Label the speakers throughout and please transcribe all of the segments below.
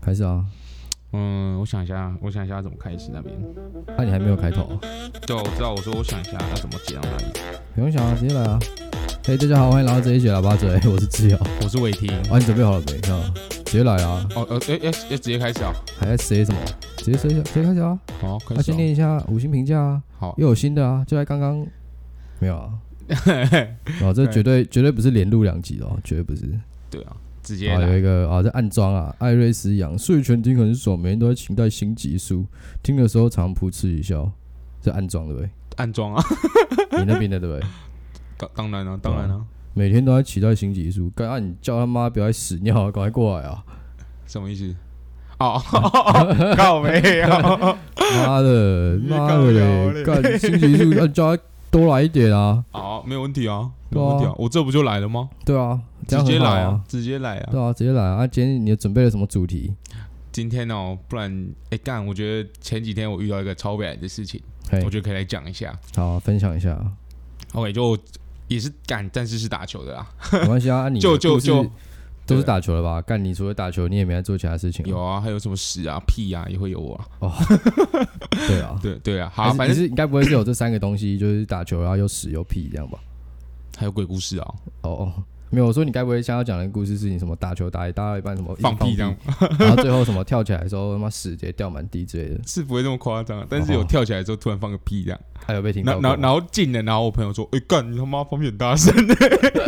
Speaker 1: 开始啊！
Speaker 2: 嗯，我想一下，我想一下怎么开始那边。
Speaker 1: 那、你还没有开头啊、
Speaker 2: 对，我知道，我说我想一下要怎么接到那里。
Speaker 1: 不用想啊，直接来啊！嘿、大家好，欢迎来到这一节喇叭嘴， 我是志尧。
Speaker 2: 我是伟霆。
Speaker 1: 啊，你准备好了没？啊，直接来啊！
Speaker 2: 哦，呃，哎、哎、要直接开始啊。
Speaker 1: 还在塞什么？直接塞一下，直接开始啊！
Speaker 2: 好、哦开
Speaker 1: 那、
Speaker 2: 始、
Speaker 1: 先念一下五星评价啊，
Speaker 2: 好，
Speaker 1: 又有新的啊，就在刚刚。没有啊？哦，这绝对绝对不是连录两集的哦，绝对不是。
Speaker 2: 对啊，直接
Speaker 1: 啊，有
Speaker 2: 来。
Speaker 1: 一个啊，在暗装啊，艾瑞斯养睡前听很爽，每天都在期待新集数，听的时候常噗嗤一笑。这暗装对不对？
Speaker 2: 暗装啊，
Speaker 1: 你那边的对不对？
Speaker 2: 当当然了、啊当然了、
Speaker 1: 每天都在期待新集数，干啊！你叫他妈不要再屎尿啊，赶快过来啊！
Speaker 2: 什么意思？ 哦，靠啊没 有。
Speaker 1: 妈的，妈的嘞！
Speaker 2: 你搞笑
Speaker 1: 干新集数要啊叫他多来一点啊！
Speaker 2: 好，没有问题啊，没
Speaker 1: 对啊
Speaker 2: 有问题啊，我这不就来了吗？
Speaker 1: 对啊，这
Speaker 2: 直
Speaker 1: 样
Speaker 2: 接
Speaker 1: 很好
Speaker 2: 来
Speaker 1: 啊！，
Speaker 2: 直接来啊。
Speaker 1: 对啊，直接来啊！啊今天你准备了什么主题？
Speaker 2: 今天哦，不然，哎、干，我觉得前几天我遇到一个超北来的事情，
Speaker 1: 嘿
Speaker 2: 我，觉得可以来讲一下。
Speaker 1: 好啊，分享一下啊，
Speaker 2: OK，就也是干，但是是打球的啦。
Speaker 1: 没关系啊。啊你
Speaker 2: 就
Speaker 1: 的
Speaker 2: 就
Speaker 1: 故事
Speaker 2: 就
Speaker 1: 都是
Speaker 2: 对
Speaker 1: 打球了吧？干，你除了打球，你也没在做其他事情啊。
Speaker 2: 有啊，还有什么屎啊、屁啊，也会有我、啊。
Speaker 1: 对啊，
Speaker 2: 对对啊，好
Speaker 1: 还
Speaker 2: 啊，
Speaker 1: 是
Speaker 2: 反
Speaker 1: 你
Speaker 2: 正
Speaker 1: 是你该不会是有这三个东西，就是打球，然后又屎又屁这样吧？
Speaker 2: 还有鬼故事啊，
Speaker 1: 哦哦，没有，我说你该不会像要讲的故事是你什么打球打一打到一半什么一直
Speaker 2: 放屁这样，
Speaker 1: 然后最后什么跳起来的时候，他妈屎直接掉满地之类的，
Speaker 2: 是不会这么夸张啊，但是有
Speaker 1: 哦
Speaker 2: 跳起来之后突然放个屁这样，
Speaker 1: 还有被听到
Speaker 2: 然后
Speaker 1: 过
Speaker 2: 然
Speaker 1: 吗。
Speaker 2: 后然后进了，然后我朋友说：“哎、干你他妈放屁很大声、欸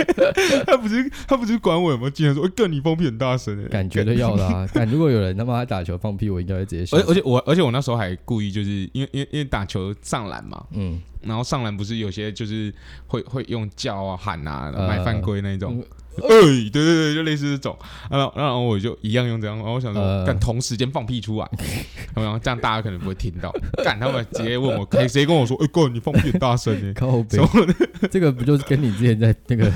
Speaker 2: 他不是他不是管我有没有进来，说：“哎、干你放屁很大声、欸。”
Speaker 1: 感觉都要的啊！干，如果有人他妈打球放屁，我应该会直接笑
Speaker 2: 而。而且我而且我那时候还故意就是因为因为因为打球上篮嘛，
Speaker 1: 嗯，
Speaker 2: 然后上篮不是有些就是会会用叫啊喊啊
Speaker 1: 呃
Speaker 2: 买犯规那一种
Speaker 1: 嗯，
Speaker 2: 哎、对对对，就类似这种。啊然后然后我就一样用这样，然后我想说，
Speaker 1: 呃
Speaker 2: 干、同时间放屁出来，然后这样大家可能不会听到。干他们直接问我，谁谁跟我说，哎、哥你放屁很大声欸 呢、
Speaker 1: 靠
Speaker 2: 什
Speaker 1: 北，
Speaker 2: 么的，
Speaker 1: 这个不就是跟你之前在那个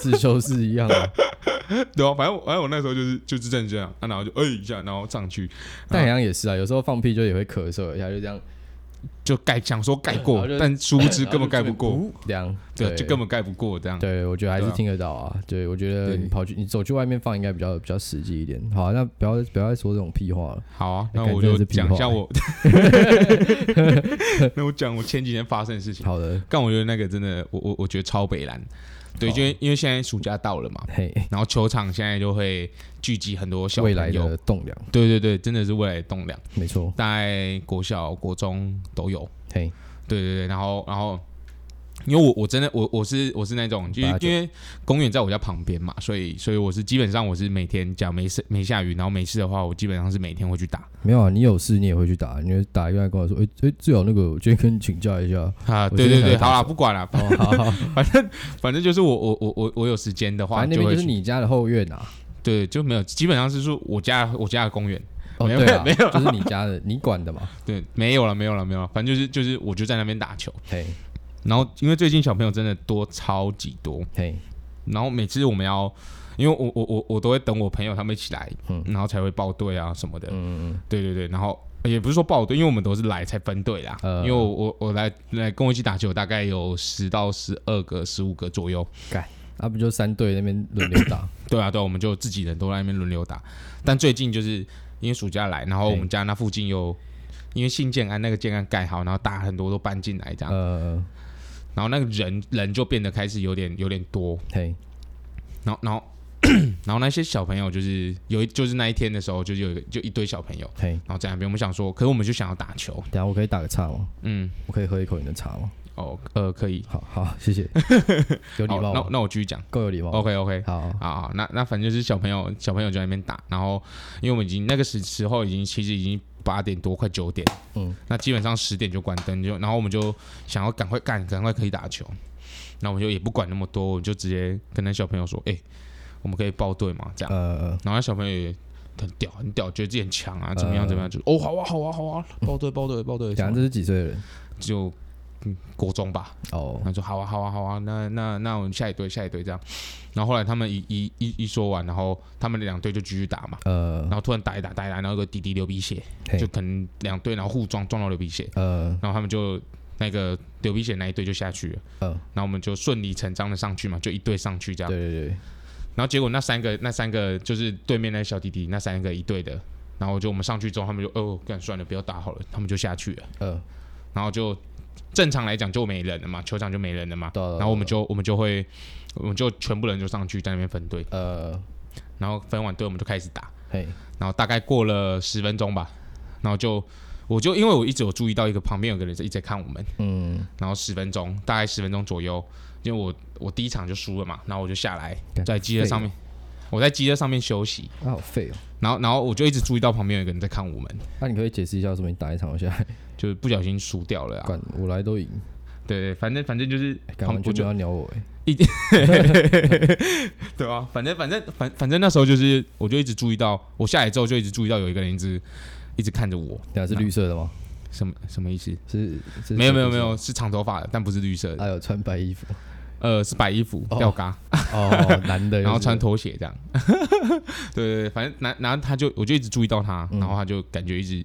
Speaker 1: 自修室一样 吗？
Speaker 2: 对啊，反正我反正我那时候就是就是这样这样，啊、然后就哎、一下，然后上去
Speaker 1: 但好像也是啊，有时候放屁就也会咳嗽一下，就这样，
Speaker 2: 就盖想说盖过
Speaker 1: 然后，就
Speaker 2: 但殊不知
Speaker 1: 然后
Speaker 2: 根本盖不
Speaker 1: 就
Speaker 2: 过，
Speaker 1: 噗这样
Speaker 2: 对，就根
Speaker 1: 本
Speaker 2: 本盖不过这样。
Speaker 1: 对，我觉得还是
Speaker 2: 对啊
Speaker 1: 听得到啊。对，我觉得
Speaker 2: 对
Speaker 1: 你跑去你走去外面放应该比较比较实际一点。好啊，那不要不要再说这种屁话了。
Speaker 2: 好啊，
Speaker 1: 哎
Speaker 2: 那
Speaker 1: 感
Speaker 2: 我
Speaker 1: 觉
Speaker 2: 就
Speaker 1: 是屁
Speaker 2: 讲一
Speaker 1: 话
Speaker 2: 下我， 那我讲我前几天发生的事情。
Speaker 1: 好的，
Speaker 2: 但我觉得那个真的，我我我觉得超北蓝，对，
Speaker 1: 好啊
Speaker 2: 因为因为现在暑假到了嘛，
Speaker 1: 嘿，
Speaker 2: 然后球场现在就会聚集很多小朋
Speaker 1: 未来
Speaker 2: 友，
Speaker 1: 的栋梁，
Speaker 2: 对对对，真的是未来的栋梁，
Speaker 1: 没错，
Speaker 2: 大概国小、国中都有，
Speaker 1: 嘿，
Speaker 2: 对对对，然后然后。因为我我真的我我是我是那种，因为
Speaker 1: 八九
Speaker 2: 因为公园在我家旁边嘛，所以所以我是基本上我是每天，假如没事没下雨，然后没事的话，我基本上是每天会去打
Speaker 1: 没有啊，你有事你也会去打，你会打一个来跟我说，哎、哎，最好那个我今天跟你请假一下。
Speaker 2: 啊，
Speaker 1: 我今
Speaker 2: 对对
Speaker 1: 天才
Speaker 2: 对，
Speaker 1: 打
Speaker 2: 好啦，
Speaker 1: 球
Speaker 2: 不管啦，
Speaker 1: 哦，好好，
Speaker 2: 反正反正就是我我我我我有时间的话，
Speaker 1: 反正那
Speaker 2: 就
Speaker 1: 边
Speaker 2: 会
Speaker 1: 就是
Speaker 2: 去
Speaker 1: 你家的后院啊。
Speaker 2: 对，就没有，基本上是说我家我家的公园，
Speaker 1: 哦，
Speaker 2: 没有
Speaker 1: 对啊，
Speaker 2: 没有
Speaker 1: 就是你家的，你管的嘛。
Speaker 2: 对，没有了，没有了，没有了，反正就是就是我就在那边打球，
Speaker 1: 嘿，
Speaker 2: 然后因为最近小朋友真的多超级多，
Speaker 1: 嘿，
Speaker 2: 然后每次我们要，因为我我我我都会等我朋友他们一起来，
Speaker 1: 嗯
Speaker 2: 然后才会报队啊什么的，
Speaker 1: 嗯嗯
Speaker 2: 对对对，然后。也不是说报队，因为我们都是来才分队啦。
Speaker 1: 呃
Speaker 2: 因为我我我来来跟我一起打球，大概有十到十二个、十五个左右。
Speaker 1: 嗯，那、不就三队那边轮流打？
Speaker 2: 对啊，对啊，我们就自己人都在那边轮流打。但最近就是因为暑假来，然后我们家那附近又因为新建安那个建安盖好，然后大家很多都搬进来这样，
Speaker 1: 呃，
Speaker 2: 然后那个人人就变得开始有点有点多，
Speaker 1: 嘿，
Speaker 2: 然后然 后然后那些小朋友就是有一就是那一天的时候，就是有一个就一堆小朋友，
Speaker 1: 嘿，
Speaker 2: 然后在那边我们想说，可是我们就想要打球，
Speaker 1: 等一下我可以打个岔吗？
Speaker 2: 嗯，
Speaker 1: 我可以喝一口你的茶吗？
Speaker 2: 哦，呃，可以，
Speaker 1: 好好，谢 谢，有礼
Speaker 2: 好，
Speaker 1: 貌
Speaker 2: 那
Speaker 1: 吗，
Speaker 2: 那我继续哦讲
Speaker 1: 够有礼貌。
Speaker 2: ，OK OK，
Speaker 1: 好，
Speaker 2: 啊，好那那反正就是小朋友，小朋友就在那边打，然后因为我们已经那个时时候已经其实已经八点多快九点，
Speaker 1: 嗯，
Speaker 2: 那基本上十点就关灯，就然后我们就想要赶快干，赶快可以打球，那我们就也不管那么多，我们就直接跟那小朋友说，哎、我们可以报队嘛，这样，
Speaker 1: 呃，
Speaker 2: 然后那小朋友也很屌，很屌，觉得自己很强啊，怎么样
Speaker 1: 呃
Speaker 2: 怎么样，就哦好啊好啊好啊，报队报队报队，
Speaker 1: 讲这是几岁的人？
Speaker 2: 就嗯国中吧，
Speaker 1: 哦
Speaker 2: 然，后说好啊，好啊，好啊，那那那我们下一队，下一队这样。然后后来他们一一一一说完，然后他们两队就继续打嘛，
Speaker 1: 呃
Speaker 2: 然，后突然打一打打一打，然后有个弟弟流鼻血，
Speaker 1: 嘿
Speaker 2: 就，可能两队然后互撞撞到流鼻血，
Speaker 1: 呃，
Speaker 2: 然后他们就那个流鼻血那一队就下去了，
Speaker 1: 嗯
Speaker 2: 然后我们就顺理成章的上去嘛，就一队上去这
Speaker 1: 对
Speaker 2: 样。
Speaker 1: 对对，
Speaker 2: 然后结果那三个那三个就是对面那小弟弟那三个一队的，然后我就我们上去之后，他们就哦，干算了，不要打好了，他们就下去了。
Speaker 1: 呃，
Speaker 2: 然后就正常来讲就没人了嘛，球场就没人了嘛。
Speaker 1: 对啊对啊
Speaker 2: 然后我们就我们就会，我们就全部人就上去在那边分队，
Speaker 1: 呃，
Speaker 2: 然后分完队我们就开始打，
Speaker 1: 嘿，
Speaker 2: 然后大概过了十分钟吧，然后就我就因为我一直有注意到一个旁边有个人在一直在看我们，
Speaker 1: 嗯，
Speaker 2: 然后十分钟大概十分钟左右，因为我我第一场就输了嘛，然后我就下来
Speaker 1: 干
Speaker 2: 在机车上面，我在机车上面休息，
Speaker 1: 啊，好废哦。
Speaker 2: 然后然后我就一直注意到旁边有一个人在看我们，
Speaker 1: 那、你可以解释一下，为什么你打一场下来，
Speaker 2: 就是不小心输掉了啊。
Speaker 1: 管我来都赢，哎
Speaker 2: 对对，反正反正就是
Speaker 1: 干
Speaker 2: 旁
Speaker 1: 完
Speaker 2: 我
Speaker 1: 全没
Speaker 2: 就
Speaker 1: 有要鸟我哎、
Speaker 2: 对啊，反正反正反反正那时候就是，我就一直注意到，我下来之后就一直注意到有一个人一直一直看着我，
Speaker 1: 等下是绿色的吗？
Speaker 2: 什么什么意思？
Speaker 1: 是是？
Speaker 2: 没有没有没有，是长头发的，但不是绿色的，
Speaker 1: 还有穿白衣服
Speaker 2: 呃，是白衣服
Speaker 1: 啊哦
Speaker 2: 吊嘎，
Speaker 1: 哦，男的，
Speaker 2: 然后穿，拖鞋这样。 对对对，反正然然后他就我就一直注意到他，
Speaker 1: 嗯
Speaker 2: 然后他就感觉一直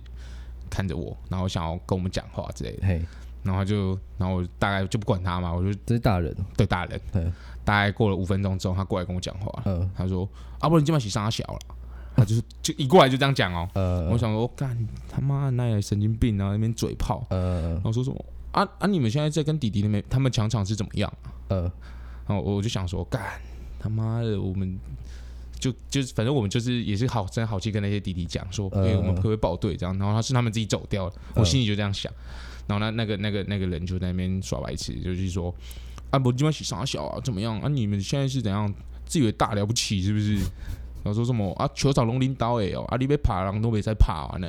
Speaker 2: 看着我，然后想要跟我们讲话之类的，
Speaker 1: 嘿，
Speaker 2: 然后他就然后我大概就不管他嘛，我就
Speaker 1: 这是大人，
Speaker 2: 对大人
Speaker 1: 对，
Speaker 2: 大概过了五分钟之后，他过来跟我讲话，
Speaker 1: 嗯
Speaker 2: 他说：“啊，不然你今晚洗沙小了。”他就是就一过来就这样讲哦，我
Speaker 1: 呃
Speaker 2: 想说，干他妈的那也神经病啊，那边嘴炮，
Speaker 1: 呃
Speaker 2: 然后说什么啊啊，你们现在在跟弟弟那边他们抢场是怎么样？
Speaker 1: 呃，
Speaker 2: 然后我就想说，干他妈的，我们就就是反正我们就是也是好声好气跟那些弟弟讲说，哎、
Speaker 1: 嗯
Speaker 2: 我们可不可以报队这样？然后他是他们自己走掉了，我
Speaker 1: 嗯
Speaker 2: 心里就这样想。然后那那个那个那个人就在那边耍白痴，就是说啊，我今晚洗傻小啊，怎么样啊？你们现在是怎样？自以为大了不起是不是？然后说什么啊，球场龙鳞刀哎哦，啊你被爬狼都没在爬完呢，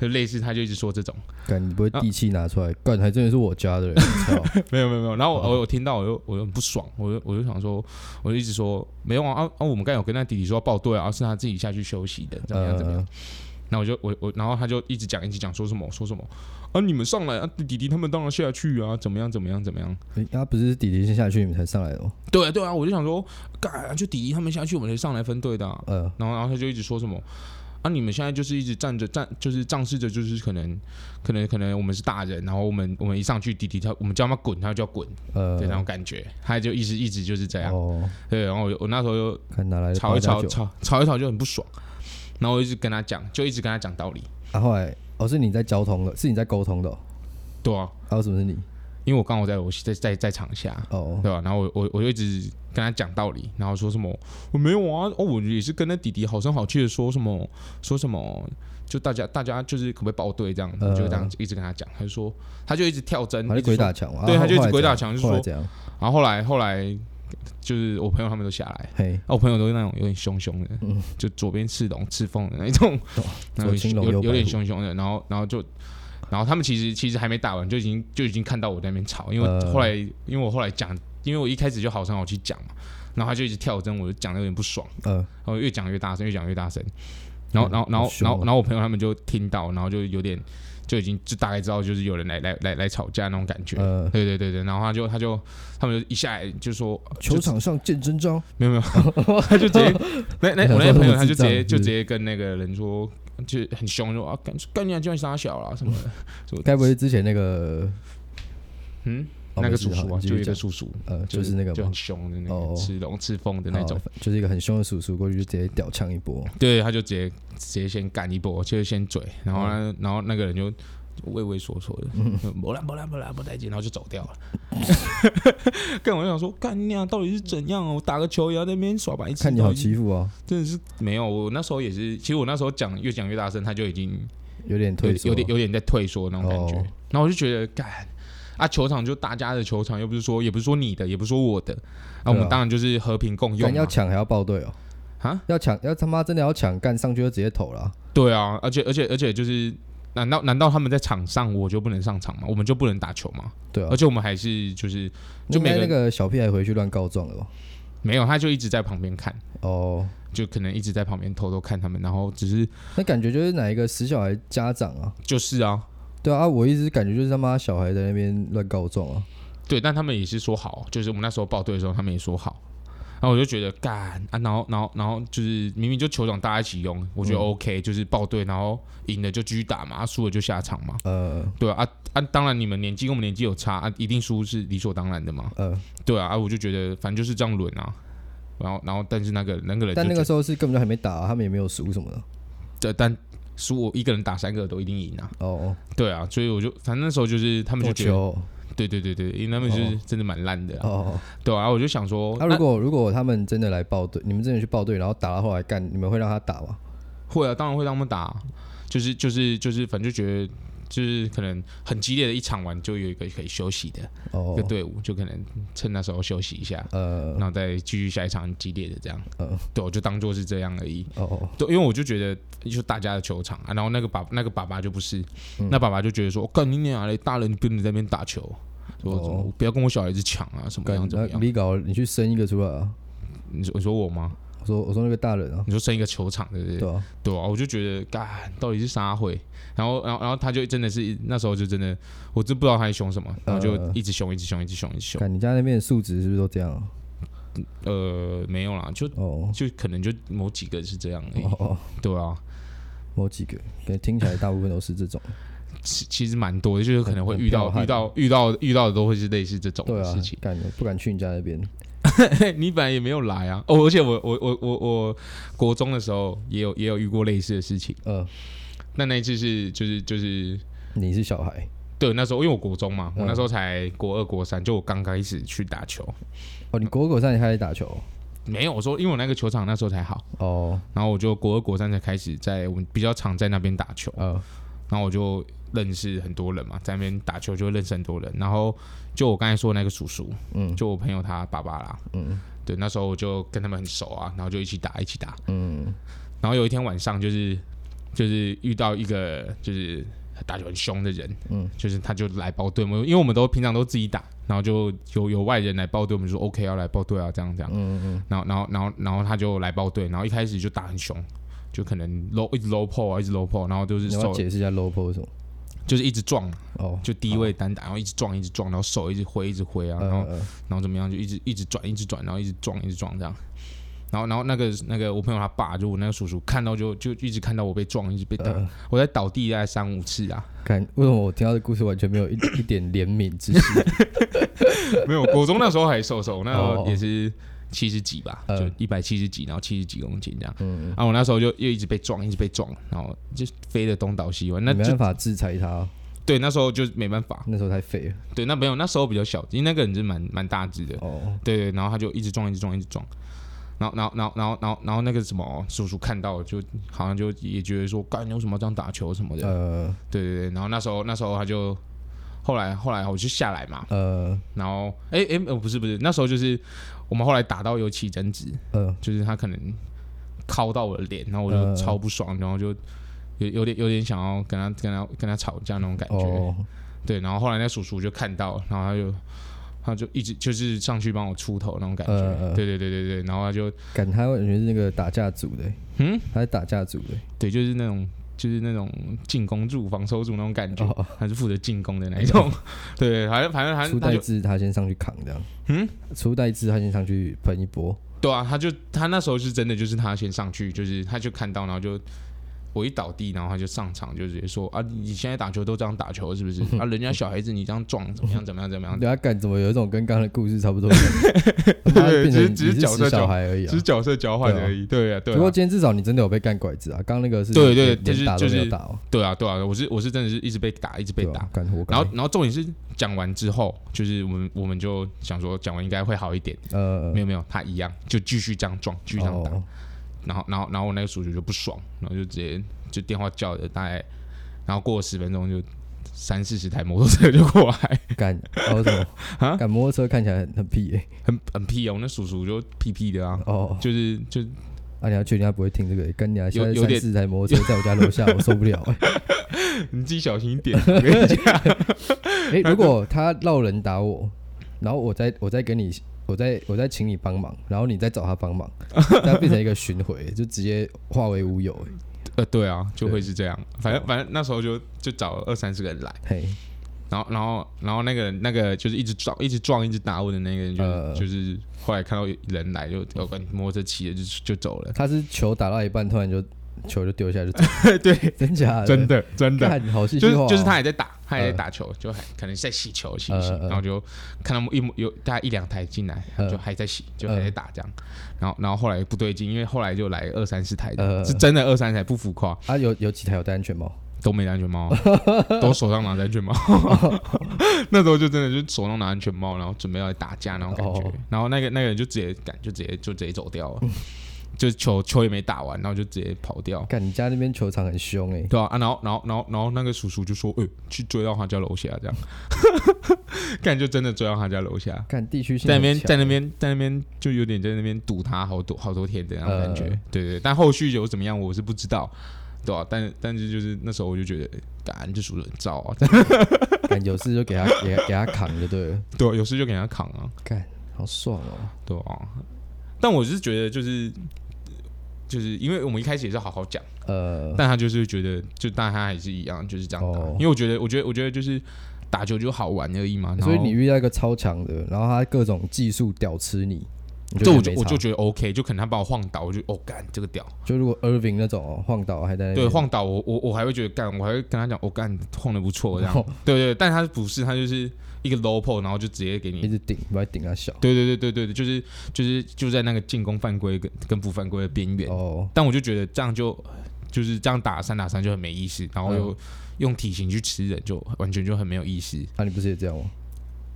Speaker 2: 就 类似他就一直说这种，
Speaker 1: 干你不会地契拿出来，干还真的是我家的 人，操，
Speaker 2: 没有没有没有，然后我我有听到，我又我又很不爽，我就我就想说，我就一直说没有啊啊啊！我们刚才有跟那弟弟说要报队啊，是他自己下去休息的，怎么样怎么样？
Speaker 1: 呃，
Speaker 2: 然后我就我我，然后他就一直讲一直讲说什么说什么啊，你们上来啊，弟弟他们当然下去啊，怎么样怎么样怎么样？
Speaker 1: 诶他不是弟弟先下去，你们才上来的吗？
Speaker 2: 对啊对啊，我就想说，干就弟弟他们下去，我们才上来分队的啊、
Speaker 1: 呃，
Speaker 2: 然后然后他就一直说什么啊，你们现在就是一直站着站，就是仗势着，就是可能可能可能我们是大人，然后我们我们一上去，弟弟他我们叫他滚，他就要滚。
Speaker 1: 呃，
Speaker 2: 对那啊种感觉，他就一直一直就是这样。
Speaker 1: 哦，
Speaker 2: 对，然后我就我那时候就
Speaker 1: 看哪来的
Speaker 2: 吵
Speaker 1: 八
Speaker 2: 一
Speaker 1: 加
Speaker 2: 吵，
Speaker 1: 九，
Speaker 2: 吵吵一吵就很不爽，然后我一直跟他讲，就一直跟他讲道理。
Speaker 1: 啊，后来哦，是你在交通的，是你在沟通的、哦，
Speaker 2: 对啊，
Speaker 1: 还有什么是你？
Speaker 2: 因为我刚好在我在在在场下，
Speaker 1: 哦，
Speaker 2: 对吧、然后我我我就一直跟他讲道理，然后说什么我没有啊，哦，我也是跟那弟弟好声好气的说什么说什么，就大家大家就是可不可以报队这样，
Speaker 1: 呃
Speaker 2: 我就这样一直跟他讲，他就说他就一直跳针，
Speaker 1: 还
Speaker 2: 一
Speaker 1: 是
Speaker 2: 直嗯
Speaker 1: 鬼
Speaker 2: 说
Speaker 1: 打墙啊？
Speaker 2: 对
Speaker 1: 啊
Speaker 2: 他就一直
Speaker 1: 后来
Speaker 2: 鬼打
Speaker 1: 怎样
Speaker 2: 墙就
Speaker 1: 后来
Speaker 2: 说
Speaker 1: 怎样？
Speaker 2: 然后后来后来就是我朋友他们都下来。
Speaker 1: 嘿，
Speaker 2: 啊，我朋友都是那种有点凶凶的，就左边赤龙赤凤 的那一种，然后
Speaker 1: 嗯哦左青龙
Speaker 2: 有
Speaker 1: 右
Speaker 2: 有
Speaker 1: 白
Speaker 2: 点
Speaker 1: 虎
Speaker 2: 凶凶的，然后然后就，然后他们其实其实还没打完就已经就已经看到我在那边吵，因为
Speaker 1: 呃
Speaker 2: 后来、因为我后来讲，因为我一开始就好声好气讲嘛，然后他就一直跳针，我就讲的有点不爽，
Speaker 1: 呃，
Speaker 2: 然后越讲越大声，越讲越大声，然后然后
Speaker 1: 嗯
Speaker 2: 然
Speaker 1: 好
Speaker 2: 后
Speaker 1: 凶
Speaker 2: 然
Speaker 1: 哦
Speaker 2: 后然后我朋友他们就听到，然后就有点就已经就大概知道就是有人来来来来吵架那种感觉，
Speaker 1: 呃
Speaker 2: 对对对对，然后他就他就他们就一下来就说
Speaker 1: 球
Speaker 2: 就
Speaker 1: 场上见真章，
Speaker 2: 没有没有， 他就 直接那那我那些朋友他就直接
Speaker 1: 想说他们智障
Speaker 2: 就直接跟那个人说，就很凶说啊干干你啊，就要杀小啦 什么的，
Speaker 1: 该不会是之前那个
Speaker 2: 嗯，
Speaker 1: 哦
Speaker 2: 那
Speaker 1: 没
Speaker 2: 个
Speaker 1: 事
Speaker 2: 叔叔
Speaker 1: 好
Speaker 2: 啊，
Speaker 1: 你继
Speaker 2: 就
Speaker 1: 续
Speaker 2: 有一个
Speaker 1: 讲
Speaker 2: 叔叔，
Speaker 1: 呃，就是那个
Speaker 2: 就
Speaker 1: 嘛
Speaker 2: 很凶的那
Speaker 1: 哦
Speaker 2: 个吃龙吃凤的那种，
Speaker 1: 好就是一个很凶的叔叔过去就直接屌呛一波，
Speaker 2: 对，他就直接直接先干一波，就是先嘴，然后
Speaker 1: 嗯
Speaker 2: 呢，然后那个人就。畏畏缩缩的，不啦不啦不啦不带劲，然后就走掉了。 干我就想说，干你啊，到底是怎样哦？我打个球也要在那边耍白痴，
Speaker 1: 看你好
Speaker 2: 到底是
Speaker 1: 欺负啊，
Speaker 2: 真的是没有，我那时候也是，其实我那时候讲越讲越大声，他就已经
Speaker 1: 有点
Speaker 2: 有
Speaker 1: 退缩，
Speaker 2: 有点有点在退缩那种感觉。
Speaker 1: 哦
Speaker 2: 然后我就觉得，干啊，球场就大家的球场，又不是说也不是说你的，也不是说我的，啊，我们当然就是和平共用啊
Speaker 1: 干嗯要
Speaker 2: 嘛。
Speaker 1: 抢还要报队哦，
Speaker 2: 啊，
Speaker 1: 要抢要他妈真的要抢，干上去就直接投了啊，
Speaker 2: 对啊，而且而且而且就是，难道难道他们在场上我就不能上场吗？我们就不能打球吗？
Speaker 1: 对啊
Speaker 2: 而，且我们还是就是呃就
Speaker 1: 应该
Speaker 2: 每个
Speaker 1: 那个小屁孩回去乱告状了吧？
Speaker 2: 没有，他就一直在旁边看，
Speaker 1: 哦，
Speaker 2: 就可能一直在旁边偷偷看他们，然后只是
Speaker 1: 那感觉就是哪一个死小孩家长啊？
Speaker 2: 就是啊，
Speaker 1: 对啊啊，我一直感觉就是他妈小孩在那边乱告状啊。
Speaker 2: 对，但他们也是说好，就是我们那时候报队的时候，他们也说好。然后我就觉得干啊，然后然后然后就是明明就球场大家一起用，我
Speaker 1: 嗯
Speaker 2: 觉得 OK，、就是报队，然后赢了就继续打嘛，啊输、了就下场嘛，
Speaker 1: 呃
Speaker 2: 对啊啊啊！当然你们年纪跟我们年纪有差啊，一定输是理所当然的嘛，
Speaker 1: 呃，
Speaker 2: 对啊啊！我就觉得反正就是这样轮啊，然后然后但是那个那个人就
Speaker 1: 但那
Speaker 2: 觉
Speaker 1: 个
Speaker 2: 得
Speaker 1: 时候是根本就还没打啊、他们也没有输什么的。
Speaker 2: 这但输我一个人打三个都一定赢啊。
Speaker 1: 哦，
Speaker 2: 对啊，所以我就反正那时候就是他们就
Speaker 1: 够
Speaker 2: 觉得，
Speaker 1: 球
Speaker 2: 对对对对，因为他们就是
Speaker 1: 哦
Speaker 2: 真的蛮烂的啊、
Speaker 1: 哦。
Speaker 2: 对啊，我就想说，
Speaker 1: 那如果如果他们真的来报队，你们真的去报队，然后打到后来干，你们会让他打吗？
Speaker 2: 会啊，当然会让他们打，就是就是就是，反正就觉得就是可能很激烈的一场完，就有一个可以休息的一
Speaker 1: 哦
Speaker 2: 个，队伍，就可能趁那时候休息一下，
Speaker 1: 呃
Speaker 2: 然，后再继续下一场很激烈的这样。
Speaker 1: 嗯
Speaker 2: 对，我就当做是这样而已。
Speaker 1: 哦，
Speaker 2: 对，因为我就觉得就大家的球场啊，然后那个爸那个爸爸就不是，
Speaker 1: 嗯
Speaker 2: 那爸爸就觉得说，我、哦干你娘嘞，大人跟你在那边打球，我、
Speaker 1: 哦
Speaker 2: 不要跟我小孩子抢啊，什么
Speaker 1: 干
Speaker 2: 样怎么
Speaker 1: 那
Speaker 2: 样？
Speaker 1: 李搞，你去生一个出来啊！
Speaker 2: 你说你说我吗？
Speaker 1: 我说我说那个大人啊，
Speaker 2: 你说生一个球场对不对？
Speaker 1: 对啊，
Speaker 2: 对啊，我就觉得干到底是啥会，然后然后然后他就真的是那时候就真的，我真不知道他在凶什么，然后就
Speaker 1: 呃
Speaker 2: 一直凶一直凶一直凶一直凶，
Speaker 1: 看你家那边的数值是不是都这样啊？
Speaker 2: 呃，没有啦，就
Speaker 1: 哦
Speaker 2: 就可能就某几个是这样而已，
Speaker 1: 哦，哦
Speaker 2: 对啊，
Speaker 1: 某几个，感觉听起来大部分都是 这种。
Speaker 2: 其其实蛮多的，就是可能会遇到
Speaker 1: 很
Speaker 2: 遇到遇到遇到的都会是类似这种
Speaker 1: 对
Speaker 2: 的
Speaker 1: 啊
Speaker 2: 事情，。
Speaker 1: 敢不敢去你家那边？
Speaker 2: 你本来也没有来啊，哦，而且我我我我我国中的时候也有也有遇过类似的事情，
Speaker 1: 呃，
Speaker 2: 那那一次是就是就是
Speaker 1: 你是小孩
Speaker 2: 对那时候因为我国中嘛，我
Speaker 1: 嗯
Speaker 2: 那时候才国二国三，就我刚开始去打球，
Speaker 1: 哦，
Speaker 2: 嗯
Speaker 1: 你国狗上你开始打球
Speaker 2: 没有我说因为我那个球场那时候才好，
Speaker 1: 哦，
Speaker 2: 然后我就国二国三才开始在我们比较常在那边打球，
Speaker 1: 呃，
Speaker 2: 然后我就认识很多人嘛，在那边打球就会认识很多人，然后就我刚才说的那个叔叔，
Speaker 1: 嗯
Speaker 2: 就我朋友他爸爸啦，
Speaker 1: 嗯
Speaker 2: 对，那时候我就跟他们很熟啊，然后就一起打，一起打。
Speaker 1: 嗯，
Speaker 2: 然后有一天晚上，就是就是遇到一个就是打球很凶的人，嗯
Speaker 1: 嗯，
Speaker 2: 就是他就来包队，我们因为我们都平常都自己打，然后就有有外人来包队，我们就说 OK 要来包队啊，这样这样，嗯嗯，然后然后然后然后他就来包队，然后一开始就打很凶。就可能 low 一直 low pull 啊，一直 low pull，然后就是
Speaker 1: 你要不
Speaker 2: 手
Speaker 1: 要解释一下 low p o 什么？
Speaker 2: 就是一直撞，
Speaker 1: 哦，
Speaker 2: 就低位单打，然后一直撞一直撞，然后手一直挥一直挥啊，
Speaker 1: 呃
Speaker 2: 然后
Speaker 1: 呃
Speaker 2: 然后怎么样，就一直一直转，一直转，然后一直撞，一直撞这样。然后，然后那个那个我朋友他爸，就我那个叔叔，看到就就一直看到我被撞，一直被打，
Speaker 1: 呃，
Speaker 2: 我在倒地大概三五次啊。
Speaker 1: 看为什么我听到的故事完全没有一一点怜悯之心？
Speaker 2: 没有，国中那时候还瘦瘦，那时
Speaker 1: 哦
Speaker 2: 候也是七十几吧，
Speaker 1: 嗯
Speaker 2: 就一百七十几，然后七十几公斤这样。
Speaker 1: 嗯，
Speaker 2: 然后我那时候就又一直被撞，一直被撞，然后就飞得东倒西歪。那
Speaker 1: 没
Speaker 2: 就
Speaker 1: 办法制裁他，
Speaker 2: 对，那时候就没办法，
Speaker 1: 那时候太废了。
Speaker 2: 对，那没有，那时候比较小，因为那个人是蛮蛮大只的，
Speaker 1: 哦，
Speaker 2: 对对，然后他就一直撞，一直撞，一直撞。然后，然后，然后，然后，然后，然后那个什么叔叔看到，就好像就也觉得说，干你为什么要这样打球什么的？
Speaker 1: 呃
Speaker 2: 对对对。然后那时候，那时候他就后来后来我就下来嘛，
Speaker 1: 呃
Speaker 2: 然后哎哎、诶呃不是不是，那时候就是我们后来打到有起争执，
Speaker 1: 呃，
Speaker 2: 就是他可能敲到我的脸，然后我就
Speaker 1: 嗯
Speaker 2: 超不爽，然后就有有点有点想要跟他跟他跟他吵架那种感觉。
Speaker 1: 哦，
Speaker 2: 对，然后后来那叔叔就看到，然后他就他就一直就是上去帮我出头那种感觉，
Speaker 1: 嗯嗯
Speaker 2: 对对对对对，然后他就
Speaker 1: 感他完全是那个打架组的，
Speaker 2: 嗯，
Speaker 1: 他是打架组的，
Speaker 2: 对，就是那种就是那种进攻柱、防守柱那种感觉，
Speaker 1: 哦，
Speaker 2: 他是负责进攻的那一种， 对，反正反正
Speaker 1: 初
Speaker 2: 他他
Speaker 1: 代
Speaker 2: 就
Speaker 1: 制他先上去扛这样，
Speaker 2: 嗯，
Speaker 1: 初代制他先上去喷一波，
Speaker 2: 对啊，他就他那时候是真的就是他先上去，就是他就看到，然后就。我一倒地，然后他就上场，就直接说啊，你现在打球都这样打球是不是？啊，人家小孩子你这样撞，怎么样怎么样怎么样？
Speaker 1: 对他啊干怎么有一种跟刚刚的故事差不 多一样，他妈
Speaker 2: 对
Speaker 1: 变
Speaker 2: 只是
Speaker 1: 成
Speaker 2: 只是
Speaker 1: 你
Speaker 2: 角色
Speaker 1: 死小
Speaker 2: 角
Speaker 1: 孩而已
Speaker 2: 只
Speaker 1: 啊
Speaker 2: 是。角色交换而已，对啊，对
Speaker 1: 不
Speaker 2: 啊。
Speaker 1: 过今天至少你真的有被干拐子啊，刚刚那个是
Speaker 2: 对对
Speaker 1: 连
Speaker 2: 就是
Speaker 1: 连打都没
Speaker 2: 就
Speaker 1: 有
Speaker 2: 是
Speaker 1: 打哦，
Speaker 2: 对啊，对啊，我是我是真的是一直被打，一直被
Speaker 1: 对啊
Speaker 2: 打。
Speaker 1: 干活该。
Speaker 2: 然后然后重点是讲完之后，就是我们我们就想说讲完应该会好一点，
Speaker 1: 呃
Speaker 2: 没有没有，他一样就继续这样撞，继续这样打。
Speaker 1: 哦
Speaker 2: 然后然后然后我那个叔叔就不爽，然后就直接就电话叫了大概，然后过了十分钟就三四十台摩托车就过来，
Speaker 1: 干，然后什么
Speaker 2: 啊
Speaker 1: 干摩托车看起来很很屁耶。
Speaker 2: 很很屁哦，我那叔叔就屁屁的啊，
Speaker 1: 哦，
Speaker 2: 就是就
Speaker 1: 啊你要确定他不会听这个耶，干你啊！现在
Speaker 2: 有有点
Speaker 1: 三四台摩 托车在我家楼下，我受不了耶。
Speaker 2: 你自己小心一点，我跟你讲，
Speaker 1: 哎，如果他绕人打我，然后我再我再跟你。我再我再请你帮忙，然后你再找他帮 忙，这样变成一个巡回，就直接化为乌有耶。
Speaker 2: 呃对啊，就会是这样，反正反正那时候就就找了二三十个人来。
Speaker 1: 嘿，
Speaker 2: 然后，然后，然后那个那个就是一直撞、一直撞、一直打我的那个人，就、
Speaker 1: 呃
Speaker 2: 就是后来看到有人来就，就摩托车骑着就就走 了。
Speaker 1: 他是球打到一半，突然就球就丢下来就走，
Speaker 2: 对，
Speaker 1: 真假的？啊
Speaker 2: 真的真的，
Speaker 1: 干，好戏
Speaker 2: 就
Speaker 1: 剧
Speaker 2: 是
Speaker 1: 化哦
Speaker 2: 就是他，也在打，他他也在打球，就还可能在洗球洗一洗，
Speaker 1: 呃呃
Speaker 2: 然后就看他们一模有大概一两台进来，
Speaker 1: 呃
Speaker 2: 就还在洗，就还在打这样。然后然后后来不对劲，因为后来就来二三四台，
Speaker 1: 呃
Speaker 2: 是真的二三台不浮夸，
Speaker 1: 啊，有有几台有戴安全帽？
Speaker 2: 都没戴安全帽，啊都手上拿着安全帽。 那时候就真的就手上拿安全帽，然后准备要来打架那种感觉。
Speaker 1: 哦
Speaker 2: 然后那个那个人就直接赶，就直接就直接走掉了，就球球也没打完，然后就直接跑掉。
Speaker 1: 看你家那边球场很凶哎、
Speaker 2: 对啊，啊然后然后然后然后那个叔叔就说，呃、去追到他家楼下这样， 干就真的追到他家楼下，
Speaker 1: 看地区性
Speaker 2: 在那边
Speaker 1: 很强
Speaker 2: 在那边在那边就有点在那边堵他好多好多天的那种感觉，
Speaker 1: 呃
Speaker 2: 对对，但后续有怎么样我是不知道，对啊，但但是就是那时候我就觉得，干这叔叔很糟啊，
Speaker 1: 干有事就给他给他给他扛就对了，
Speaker 2: 对啊、有事就给他扛啊，
Speaker 1: 干好爽哦、
Speaker 2: 对啊，但我是觉得就是。就是因为我们一开始也是好好讲，
Speaker 1: 呃，
Speaker 2: 但他就是觉得，就但他还是一样，就是这样打。
Speaker 1: 哦
Speaker 2: 因为我觉得，我觉得，我觉得就是打球就好玩而已嘛。然
Speaker 1: 所以
Speaker 2: 后
Speaker 1: 你遇到一个超强的，然后他各种技术屌吃你，你
Speaker 2: 这
Speaker 1: 觉
Speaker 2: 我
Speaker 1: 得
Speaker 2: 就
Speaker 1: 没
Speaker 2: 我
Speaker 1: 差
Speaker 2: 就觉得 OK，就可能他把我晃倒，我就哦干这个屌，
Speaker 1: 就如果 Irving 那种、哦、晃倒还在那
Speaker 2: 对
Speaker 1: 边
Speaker 2: 晃倒我我我还会觉得干，我还会跟他讲我、哦、干晃的不错 这样，
Speaker 1: 哦
Speaker 2: 对对，但他不是他就是一个 low p o 然后就直接给
Speaker 1: 一
Speaker 2: 你，
Speaker 1: 直顶，不要顶他笑
Speaker 2: 对对对对对对，就是就是就在那个进攻犯规跟跟不犯规的边缘，
Speaker 1: 哦，
Speaker 2: 但我就觉得这样就就是这样打三打三就很没意思，然后又用体型去吃人就完全就很没有意思，
Speaker 1: 啊你不是也这样吗？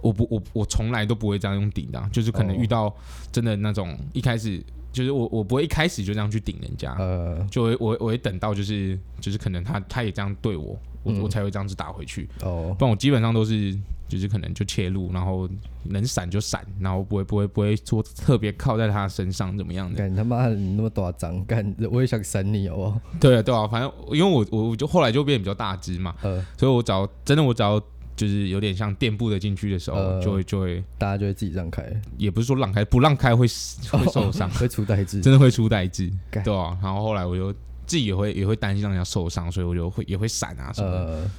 Speaker 2: 我不我我从来都不会这样用顶的啊、就是可能
Speaker 1: 哦
Speaker 2: 遇到真的那种一开始就是我我不会一开始就这样去顶人家，
Speaker 1: 呃
Speaker 2: 就会我会我会等到就是就是可能他他也这样对我，我、
Speaker 1: 嗯
Speaker 2: 我才会这样子打回去，
Speaker 1: 哦
Speaker 2: 不然我基本上都是就是可能就切入，然后能闪就闪，然后不会不会不会说特别靠在他身上怎么样的。
Speaker 1: 干他妈的你那么大张，干我也想闪你好不好？
Speaker 2: 对啊对啊，反正因为我我我就后来就变得比较大只嘛，
Speaker 1: 呃，
Speaker 2: 所以我只要真的我只要就是有点像垫步的进去的时候，
Speaker 1: 呃
Speaker 2: 就会就会
Speaker 1: 大家就会自己让开，
Speaker 2: 也不是说让开，不让开会死会受伤。
Speaker 1: 会出代志。
Speaker 2: 真的会出代志，
Speaker 1: 干
Speaker 2: 对啊。然后后来我就自己也会也会担心让人家受伤，所以我就会也会闪啊什么的。
Speaker 1: 呃，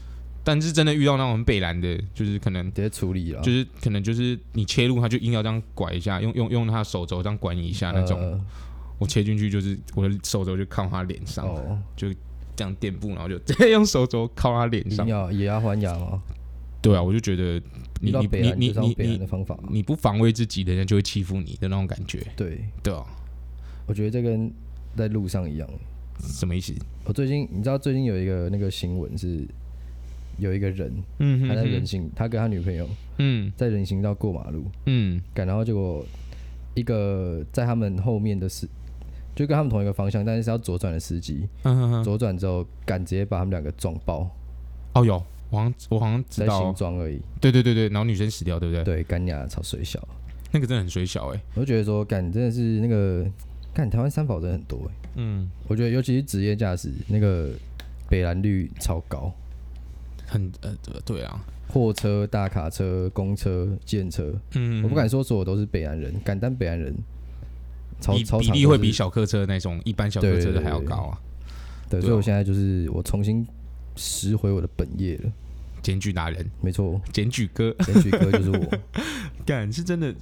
Speaker 2: 但是真的遇到那种很北蓝的，就是可能
Speaker 1: 直接处理了，
Speaker 2: 就是可能就是你切入，他就硬要这样拐一下，用用用他的手肘这样拐你一下那种。
Speaker 1: 呃
Speaker 2: 我切进去就是我的手肘就靠他脸上，
Speaker 1: 哦，
Speaker 2: 这样垫步，然后就 直接用手肘靠他脸
Speaker 1: 一
Speaker 2: 上
Speaker 1: 定。要以牙还牙嘛，
Speaker 2: 对啊，我就觉得
Speaker 1: 遇
Speaker 2: 你
Speaker 1: 到
Speaker 2: 你
Speaker 1: 北
Speaker 2: 你
Speaker 1: 兰
Speaker 2: 你
Speaker 1: 就是要用北兰
Speaker 2: 你
Speaker 1: 的方法嘛。
Speaker 2: 你不防卫自己，人家就会欺负你的那种感觉，
Speaker 1: 对，
Speaker 2: 对啊。
Speaker 1: 我觉得这跟在路上一样。
Speaker 2: 什么意思？
Speaker 1: 我最近你知道最近有一个那个新闻是有一个人
Speaker 2: 嗯
Speaker 1: 他在人
Speaker 2: 哼
Speaker 1: 行，他跟他女朋友
Speaker 2: 嗯
Speaker 1: 在人行道过马路，
Speaker 2: 嗯
Speaker 1: 干然后结果一个在他们后面的司，就跟他们同一个方向，但是是要左转的司机，
Speaker 2: 嗯嗯嗯，
Speaker 1: 左转之后敢直接把他们两个撞爆，
Speaker 2: 哦有，我好像我好像知
Speaker 1: 在
Speaker 2: 道哦
Speaker 1: 新，庄而已。
Speaker 2: 对对对对，然后女生死掉，对不对？
Speaker 1: 对，干牙超水小，
Speaker 2: 那个真的很水小哎、
Speaker 1: 我就觉得说干真的是那个干台湾三宝真的很多、欸，
Speaker 2: 嗯，
Speaker 1: 我觉得尤其是职业驾驶那个北蓝率超高。
Speaker 2: 很呃呃对啊，
Speaker 1: 货车、大卡车、公车、电车，
Speaker 2: 嗯，
Speaker 1: 我不敢说所有都是北安人，敢但北安人超
Speaker 2: 比
Speaker 1: 超
Speaker 2: 比
Speaker 1: 常
Speaker 2: 例
Speaker 1: 都
Speaker 2: 会
Speaker 1: 是
Speaker 2: 比小客车那种一般小客车的还要高啊，
Speaker 1: 对，
Speaker 2: 对
Speaker 1: 所以
Speaker 2: 啊
Speaker 1: 我现在就是我重新拾回我的本业了，
Speaker 2: 检举达人，
Speaker 1: 没错，
Speaker 2: 检举 哥，
Speaker 1: 检举哥就是我。
Speaker 2: 敢是真的，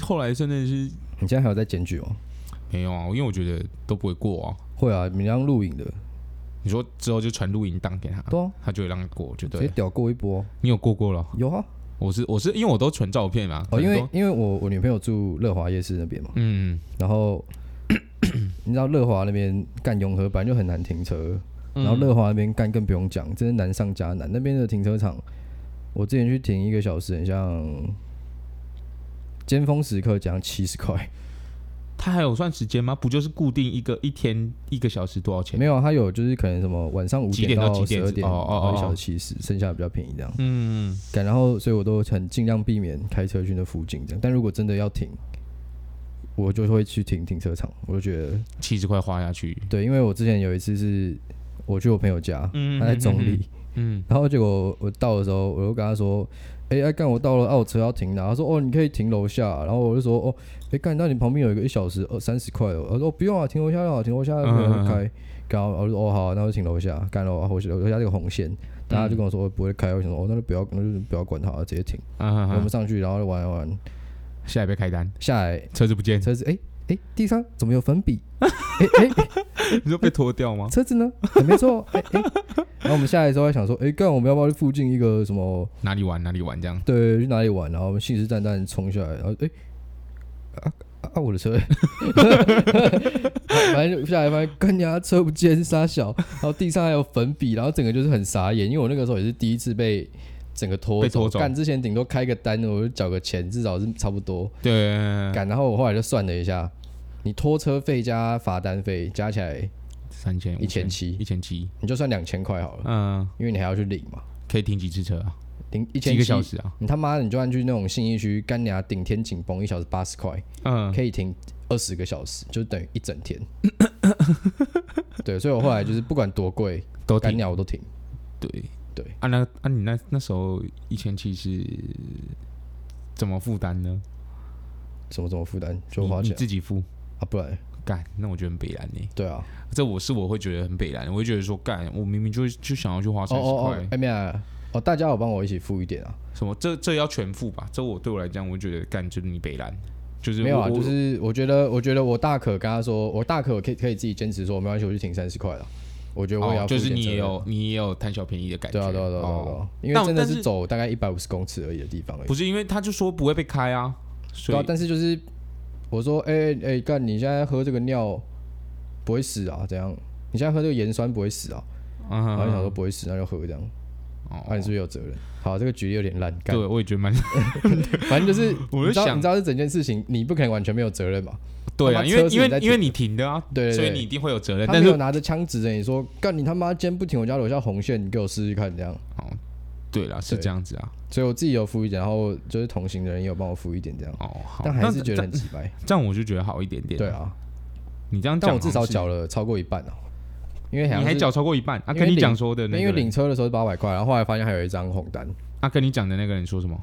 Speaker 2: 后来真的是
Speaker 1: 你现在还有在检举吗？
Speaker 2: 没有啊，因为我觉得都不会过啊。
Speaker 1: 会啊，你让录影的，
Speaker 2: 你说之后就传录音档给他，
Speaker 1: 对啊，
Speaker 2: 他就会让你过，就
Speaker 1: 直
Speaker 2: 对
Speaker 1: 接
Speaker 2: 了。
Speaker 1: 屌过一波，
Speaker 2: 你有过过了？
Speaker 1: 有啊。
Speaker 2: 我是我是因为我都存照片啊嘛，
Speaker 1: 哦，因为
Speaker 2: 很多
Speaker 1: 因为我我女朋友住乐华夜市那边嘛，
Speaker 2: 嗯
Speaker 1: 然后 你知道乐华那边干永和本来就很难停车，然
Speaker 2: 嗯
Speaker 1: 后乐华那边干更不用讲，真是难上加难。那边的停车场，我之前去停一个小时，很像尖峰时刻讲七十块，
Speaker 2: 他还有算时间吗？不就是固定一个一天一个小时多少钱？
Speaker 1: 没有啊，它有就是可能什么晚上五
Speaker 2: 几
Speaker 1: 点
Speaker 2: 点到几
Speaker 1: 十
Speaker 2: 点
Speaker 1: 二
Speaker 2: 之
Speaker 1: 点，
Speaker 2: 哦哦
Speaker 1: 然后
Speaker 2: 哦
Speaker 1: 一小时七十，剩下比较便宜这样。
Speaker 2: 嗯，
Speaker 1: 干，然后所以我都很尽量避免开车去那附近这样，但如果真的要停。我就会去停停车场，我就觉得
Speaker 2: 七十块花下去，
Speaker 1: 对，因为我之前有一次是我去我朋友家，
Speaker 2: 嗯
Speaker 1: 他在中立，
Speaker 2: 嗯
Speaker 1: 然后结果我到的时候，我就跟他说：“哎、哎、干，我到了，啊，我车要停哪？”他说：“哦，你可以停楼下。”然后我就说：“哦，哎、干，那你旁边有一个一小时二三十块哦。”他说：“哦，不用啊，停楼下就好，停楼下没有人开。然后我就说：“哦，好啊，那就停楼下。”干了，我我楼下这个红线，大家就跟我说：“我不会开。”我想说：“哦，那就不要，那就不要管它，直接停。
Speaker 2: 啊
Speaker 1: 我们上去，然后玩一玩，
Speaker 2: 下一杯开单，
Speaker 1: 下来
Speaker 2: 车子不见，
Speaker 1: 车子，哎、哎、地上怎么有粉笔？哎哎、
Speaker 2: 你说被拖掉吗？
Speaker 1: 车子呢？很没错。哎哎、然后我们下来的时候还想说，哎、干我们要不要去附近一个什么？
Speaker 2: 哪里玩哪里玩这样。
Speaker 1: 对，去哪里玩？然后我们信誓旦旦冲下来，然后哎、啊啊啊我的 车，反正就下来发现干你家车不见沙小，然后地上还有粉笔，然后整个就是很傻眼，因为我那个时候也是第一次被整个拖
Speaker 2: 被拖走
Speaker 1: 干之前顶多开个单，我就缴个钱，至少是差不多。
Speaker 2: 对，
Speaker 1: 干，然后我后来就算了一下，你拖车费加罚单费加起来，
Speaker 2: 三千
Speaker 1: 一千七
Speaker 2: 一千七，
Speaker 1: 你就算两千块好了，
Speaker 2: 嗯，
Speaker 1: 因为你还要去领嘛，
Speaker 2: 可以停几次车啊？
Speaker 1: 领一千
Speaker 2: 几个小。时啊？
Speaker 1: 你他妈的，你就算去那种信义区干牙顶天紧绷，一小时八十块，
Speaker 2: 嗯，
Speaker 1: 可以停二十个小时，就等于一整天。 对，所以我后来就是不管多贵，
Speaker 2: 都
Speaker 1: 干
Speaker 2: 停。
Speaker 1: 鸟我都停。
Speaker 2: 对
Speaker 1: 对
Speaker 2: 啊那啊你那那时候一千七是怎么负担呢？
Speaker 1: 什么什么负担就
Speaker 2: 你
Speaker 1: 花
Speaker 2: 你
Speaker 1: 钱
Speaker 2: 自己付。
Speaker 1: 啊，不然
Speaker 2: 干，那我觉得很北蓝呢、
Speaker 1: 对啊，
Speaker 2: 这我是我会觉得很北蓝，我会觉得说干，我明明就就想要去花
Speaker 1: 哦
Speaker 2: 三十
Speaker 1: 哦
Speaker 2: 块
Speaker 1: 哦，，哎没啊，哦大家有帮我一起付一点啊，
Speaker 2: 什么这这要全付吧？这我对我来讲，我觉得干就是你北蓝，就是
Speaker 1: 没有
Speaker 2: 我
Speaker 1: 啊，
Speaker 2: 我
Speaker 1: 就是我觉得我觉得我大可跟他说，我大可可以可以自己坚持说没关系，我就停三十块了，我觉得我也
Speaker 2: 哦
Speaker 1: 要，付
Speaker 2: 就
Speaker 1: 一
Speaker 2: 是
Speaker 1: 点
Speaker 2: 你
Speaker 1: 责
Speaker 2: 也
Speaker 1: 任
Speaker 2: 有你也有贪小便宜的感觉，
Speaker 1: 对啊对啊对啊对啊对
Speaker 2: 哦
Speaker 1: 啊，因
Speaker 2: 但
Speaker 1: 为真的
Speaker 2: 但是
Speaker 1: 是走大概一百五十公尺而已的地方而已
Speaker 2: 哦不。是因为他就说不会被开啊，所
Speaker 1: 对啊
Speaker 2: 以，
Speaker 1: 但是就是我说，哎、哎哎，干、你现在喝这个尿不会死啊？怎样？你现在喝这个盐酸不会死啊？
Speaker 2: 嗯
Speaker 1: 然后就想
Speaker 2: 哼，
Speaker 1: 说不会死，那就喝这样。那、
Speaker 2: 哦，
Speaker 1: 你是不是有责任？好，这个局有点烂，干
Speaker 2: 对，。我也觉得蛮
Speaker 1: 反正就是，
Speaker 2: 我就
Speaker 1: 你知道
Speaker 2: 想
Speaker 1: 你知道这整件事情，你不可能完全没有责任嘛。
Speaker 2: 对啊，
Speaker 1: 他妈
Speaker 2: 因为
Speaker 1: 车是
Speaker 2: 因
Speaker 1: 你在
Speaker 2: 为
Speaker 1: 停
Speaker 2: 因为你停的啊，
Speaker 1: 对对对
Speaker 2: 所以你一定会有责任，
Speaker 1: 他
Speaker 2: 但
Speaker 1: 没
Speaker 2: 是
Speaker 1: 有拿着枪指着你说：“干你他妈，今天不停我家楼下红线，你给我试试看。”这样，
Speaker 2: 哦，对啦，是
Speaker 1: 对
Speaker 2: 这样子啊，
Speaker 1: 所以我自己有付一点，然后就是同行的人也有帮我付一点，这样，
Speaker 2: 哦，好，
Speaker 1: 但还是觉得很
Speaker 2: 这
Speaker 1: 奇怪。
Speaker 2: 这样我就觉得好一点点，
Speaker 1: 对，啊，
Speaker 2: 你这样
Speaker 1: 但
Speaker 2: 讲
Speaker 1: 我
Speaker 2: 好像
Speaker 1: 至少
Speaker 2: 是，
Speaker 1: 缴了超过一半哦、因为好像
Speaker 2: 你还
Speaker 1: 是
Speaker 2: 缴超过一半
Speaker 1: 因
Speaker 2: 啊，
Speaker 1: 为
Speaker 2: 跟你
Speaker 1: 领
Speaker 2: 讲说的那
Speaker 1: 那
Speaker 2: 个
Speaker 1: 因为
Speaker 2: 人，
Speaker 1: 领车的时候是八百块，然后后来发现还有一张红单，
Speaker 2: 啊，跟你讲的那个人说什么？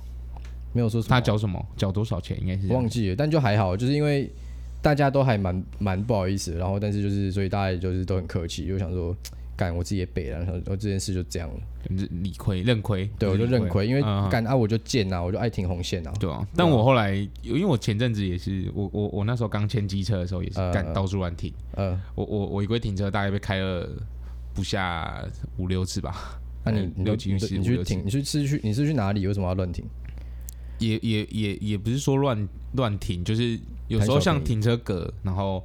Speaker 1: 没有说什么，
Speaker 2: 他缴什么？缴多少钱？应该是这
Speaker 1: 我
Speaker 2: 样
Speaker 1: 忘记了，但就还好，就是因为大家都还蛮蛮不好意思的，然后但是就是所以大家也就是都很客气，就想说。干我自己也背了，然后想说哦这件事就这样了，
Speaker 2: 理亏认亏，
Speaker 1: 对我就认亏，因为
Speaker 2: 嗯嗯
Speaker 1: 干啊我就贱啊，我就爱停红线啊，
Speaker 2: 对啊，但我后来，因为我前阵子也是，我我我那时候刚签机车的时候也是
Speaker 1: 呃
Speaker 2: 干到处乱停，
Speaker 1: 呃，
Speaker 2: 我我我一个月停车大概被开了不下五六次吧，
Speaker 1: 那啊你
Speaker 2: 嗯
Speaker 1: 你
Speaker 2: 六
Speaker 1: 都
Speaker 2: 七
Speaker 1: 你
Speaker 2: 七
Speaker 1: 你
Speaker 2: 五
Speaker 1: 去
Speaker 2: 六七
Speaker 1: 停，你去是去你是去哪里？为什么要乱停？
Speaker 2: 也也也也不是说乱乱停，就是有时候
Speaker 1: 贪小便宜
Speaker 2: 像停车格，然后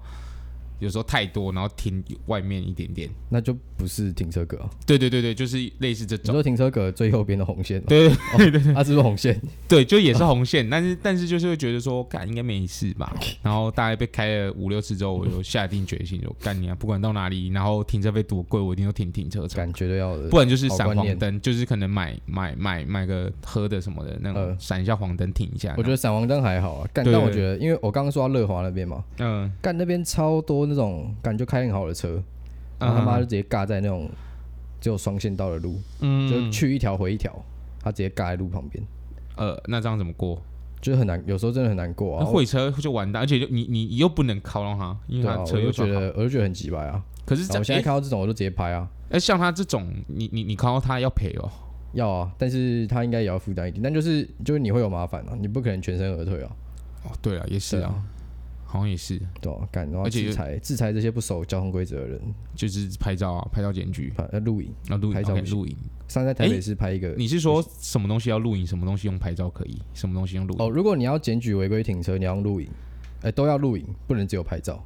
Speaker 2: 有时候太多，然后停外面一点点，
Speaker 1: 那就不是停车格啊，
Speaker 2: 对对对对，就是类似这
Speaker 1: 你
Speaker 2: 种，
Speaker 1: 说停车格最右边的红线嘛，
Speaker 2: 对
Speaker 1: 它是不是红线？
Speaker 2: 对，就也是红线，但是但是就是会觉得说，干应该没事吧。然后大概被开了五六次之后，我就下定决心，就干你啊，不管到哪里，然后停车费多贵，我一定要停停车场，
Speaker 1: 感觉都要的
Speaker 2: 不，然就是闪
Speaker 1: 好观
Speaker 2: 黄
Speaker 1: 念
Speaker 2: 灯，就是可能买买买买个喝的什么的那种
Speaker 1: 呃，
Speaker 2: 闪一下黄灯停一下。
Speaker 1: 我觉得闪黄灯还好啊，干，
Speaker 2: 对
Speaker 1: 但我
Speaker 2: 对
Speaker 1: 觉得因为我刚刚说到乐华那边嘛，
Speaker 2: 然后，嗯
Speaker 1: 干那边超多那种感觉开很好的车，
Speaker 2: 啊
Speaker 1: 然后他妈就直接尬在那种只有双线道的路，就
Speaker 2: 嗯，
Speaker 1: 去一条回一条，他直接尬在路旁边，
Speaker 2: 呃，那这样怎么过？
Speaker 1: 就是很难，有时候真的很难过啊。
Speaker 2: 那会车就完蛋，而且就你你你又不能靠到他，因为
Speaker 1: 对啊，
Speaker 2: 他
Speaker 1: 我
Speaker 2: 车又
Speaker 1: 就觉
Speaker 2: 撞好。
Speaker 1: 得我就觉得很急白啊。
Speaker 2: 可是
Speaker 1: 然后我现
Speaker 2: 这
Speaker 1: 在
Speaker 2: 哎
Speaker 1: 看到这种我就直接拍啊，
Speaker 2: 哎，像他这种，你你你靠到他要赔哦。
Speaker 1: 要啊，但是他应该也要负担一点，但就是就是你会有麻烦啊，你不可能全身而退啊，
Speaker 2: 哦，对了，也是
Speaker 1: 对
Speaker 2: 啊，好像也是。
Speaker 1: 对啊，干，然后
Speaker 2: 而且
Speaker 1: 制裁制裁这些不守交通规则的人，
Speaker 2: 就是拍照啊，拍照检举，
Speaker 1: 拍呃录影。
Speaker 2: 然后录影
Speaker 1: 拍照
Speaker 2: OK，
Speaker 1: 不行
Speaker 2: 录影。
Speaker 1: 上次在台北市拍一个
Speaker 2: 你是说什么东西要录影，什么东西用拍照可以，什么东西用录
Speaker 1: 哦，
Speaker 2: 影？
Speaker 1: 如果你要检举违规停车，你要用录影，哎，都要录影，不能只有拍照。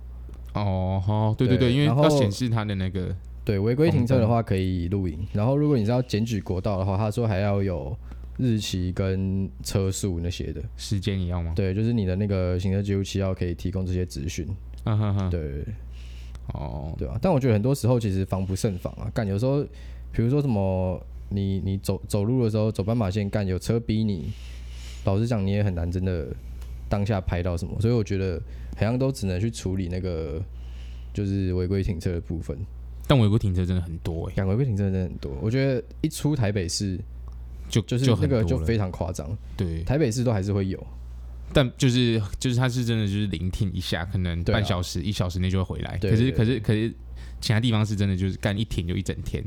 Speaker 2: 哦，好，对对
Speaker 1: 对
Speaker 2: 对，因为
Speaker 1: 然后
Speaker 2: 要显示它的那个
Speaker 1: 对，违规停车的话可以录影，然后如果你是要检举国道的话，他说还要有日期跟车速那些的。
Speaker 2: 时间一样吗？
Speaker 1: 对，就是你的那个行车记录器要可以提供这些资讯。
Speaker 2: 嗯哼哼，
Speaker 1: 对
Speaker 2: 哦，
Speaker 1: 对啊，但我觉得很多时候其实防不胜防啊，干有时候，比如说什么你你走走路的时候走斑马线，干有车逼你，老实讲你也很难真的当下拍到什么，所以我觉得好像都只能去处理那个就是违规停车的部分。
Speaker 2: 但违规停车真的很多哎，
Speaker 1: 两违规停车真的很多，我觉得一出台北市
Speaker 2: 就
Speaker 1: 就是
Speaker 2: 就
Speaker 1: 那
Speaker 2: 很
Speaker 1: 个就
Speaker 2: 多了。
Speaker 1: 非常夸张，
Speaker 2: 对，
Speaker 1: 台北市都还是会有。
Speaker 2: 但就是就是它是真的就是聆听一下，可能
Speaker 1: 对啊
Speaker 2: 半小时一小时内就会回来。
Speaker 1: 对
Speaker 2: 可是
Speaker 1: 对
Speaker 2: 可是可是其他地方是真的就是干一停就一整天，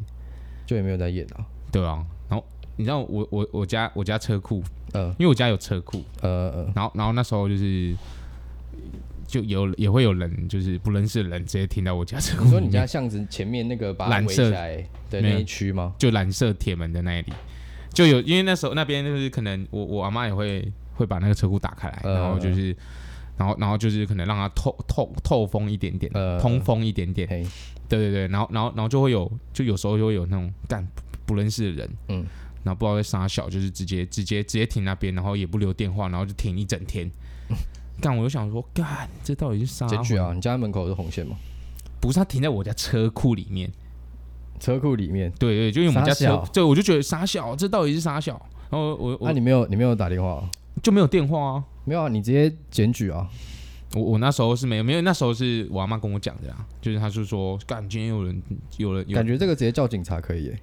Speaker 1: 就也没有在演啊，
Speaker 2: 对啊。然后你知道我我我家我家车库，
Speaker 1: 呃
Speaker 2: 因为我家有车库，
Speaker 1: 呃呃，
Speaker 2: 然后然后那时候就是就有也会有人就是不认识的人直接停到我家车库
Speaker 3: 你
Speaker 2: 里
Speaker 3: 说
Speaker 2: 面，
Speaker 3: 你家巷子前面那个把它
Speaker 2: 蓝
Speaker 3: 围起
Speaker 2: 色
Speaker 3: 来的
Speaker 2: 没
Speaker 3: 那
Speaker 2: 有
Speaker 3: 一区吗？
Speaker 2: 就蓝色铁门的那里，就有因为那时候那边就是可能我我阿妈也会会把那个车库打开来，
Speaker 1: 呃
Speaker 2: 然后就是。然后，然后就是可能让它透透透风一点点，
Speaker 1: 呃
Speaker 2: 通风一点点，
Speaker 1: 嘿，
Speaker 2: 对对对，然后然后然后就会有，就有时候就会有那种干不不认识的人，
Speaker 1: 嗯
Speaker 2: 嗯，然后不知道在傻小，就是直接直接直接停那边，然后也不留电话，然后就停一整天。 干，我就想说，干，这到底是啥？
Speaker 1: 嗯检举啊！！你家门口是红线吗？
Speaker 2: 不是他停在我家车库里面，
Speaker 1: 车库里面，
Speaker 2: 对对，就因为我们家
Speaker 1: 傻
Speaker 2: 车
Speaker 1: 小，
Speaker 2: 对，我就觉得傻小，这到底是傻小？然后我
Speaker 1: 那、
Speaker 2: 我
Speaker 1: 啊你没有你没有打电话啊？
Speaker 2: 就没有电话啊，
Speaker 1: 没有啊，你直接检举啊！
Speaker 2: 我我那时候是没有没有，那时候是我阿妈跟我讲的啊，就是她是说，干，今天有人有人有
Speaker 1: 感觉这个直接叫警察可以耶，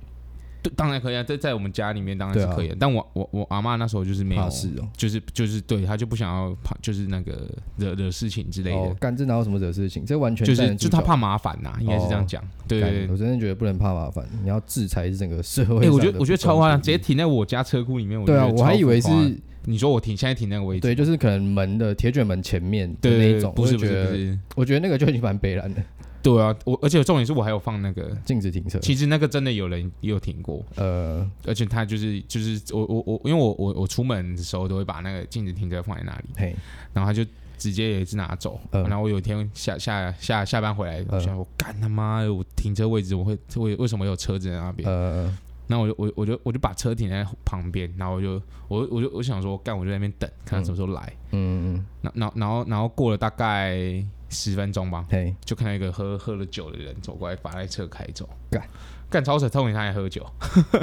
Speaker 2: 对，当然可以啊，在在我们家里面当然
Speaker 1: 对
Speaker 2: 是
Speaker 1: 啊
Speaker 2: 可以的，但我我我阿妈那时候就是没有
Speaker 1: 怕，事哦、
Speaker 2: 就是就是对她就不想要怕，就是那个惹惹事情之类的，
Speaker 1: 哦，干这哪有什么惹事情？这完全
Speaker 2: 就是
Speaker 1: 站得
Speaker 2: 就
Speaker 1: 住
Speaker 2: 她
Speaker 1: 脚
Speaker 2: 怕麻烦呐、应该是这样讲，对
Speaker 1: 哦干
Speaker 2: 对对。
Speaker 1: 我真的觉得不能怕麻烦，你要制裁整个社会上
Speaker 2: 哎、
Speaker 1: 的不公平。
Speaker 2: 我觉得我觉得超夸张，直接停在我家车库里面，我
Speaker 1: 对啊，
Speaker 2: 觉得
Speaker 1: 我还
Speaker 2: 超
Speaker 1: 以为是
Speaker 2: 浮夸的你说我停，现在停那个位置，
Speaker 1: 对，就是可能门的铁卷门前面的
Speaker 2: 对
Speaker 1: 那
Speaker 2: 对
Speaker 1: 一
Speaker 2: 对
Speaker 1: 种，
Speaker 2: 不
Speaker 1: 我
Speaker 2: 是
Speaker 1: 就
Speaker 2: 不
Speaker 1: 觉
Speaker 2: 是不
Speaker 1: 得，
Speaker 2: 是，
Speaker 1: 我觉得那个就已经蛮北蓝的，
Speaker 2: 对啊，我而且重点是我还有放那个，
Speaker 1: 禁止停车。
Speaker 2: 其实那个真的有人也有停过，
Speaker 1: 呃，
Speaker 2: 而且他就是就是我我我，因为我我我出门的时候都会把那个禁止停车放在那里，
Speaker 1: 嘿，
Speaker 2: 然后他就直接也是拿走。
Speaker 1: 嗯
Speaker 2: 然后我有一天下下下下班回来，
Speaker 1: 嗯
Speaker 2: 我想我干他妈的，我停车位置我会为为什么有车子在那边？
Speaker 1: 呃，
Speaker 2: 然后我就我我就我就把车停在旁边，然后我就我我就我想说干，我就在那边等，看他什么时候来。
Speaker 1: 嗯，嗯
Speaker 2: 然然后然后然后过了大概十分钟吧，
Speaker 1: 嘿，
Speaker 2: 就看到一个喝喝了酒的人走过来，把那车开走。
Speaker 1: 干
Speaker 2: 干超扯，痛你他还喝酒。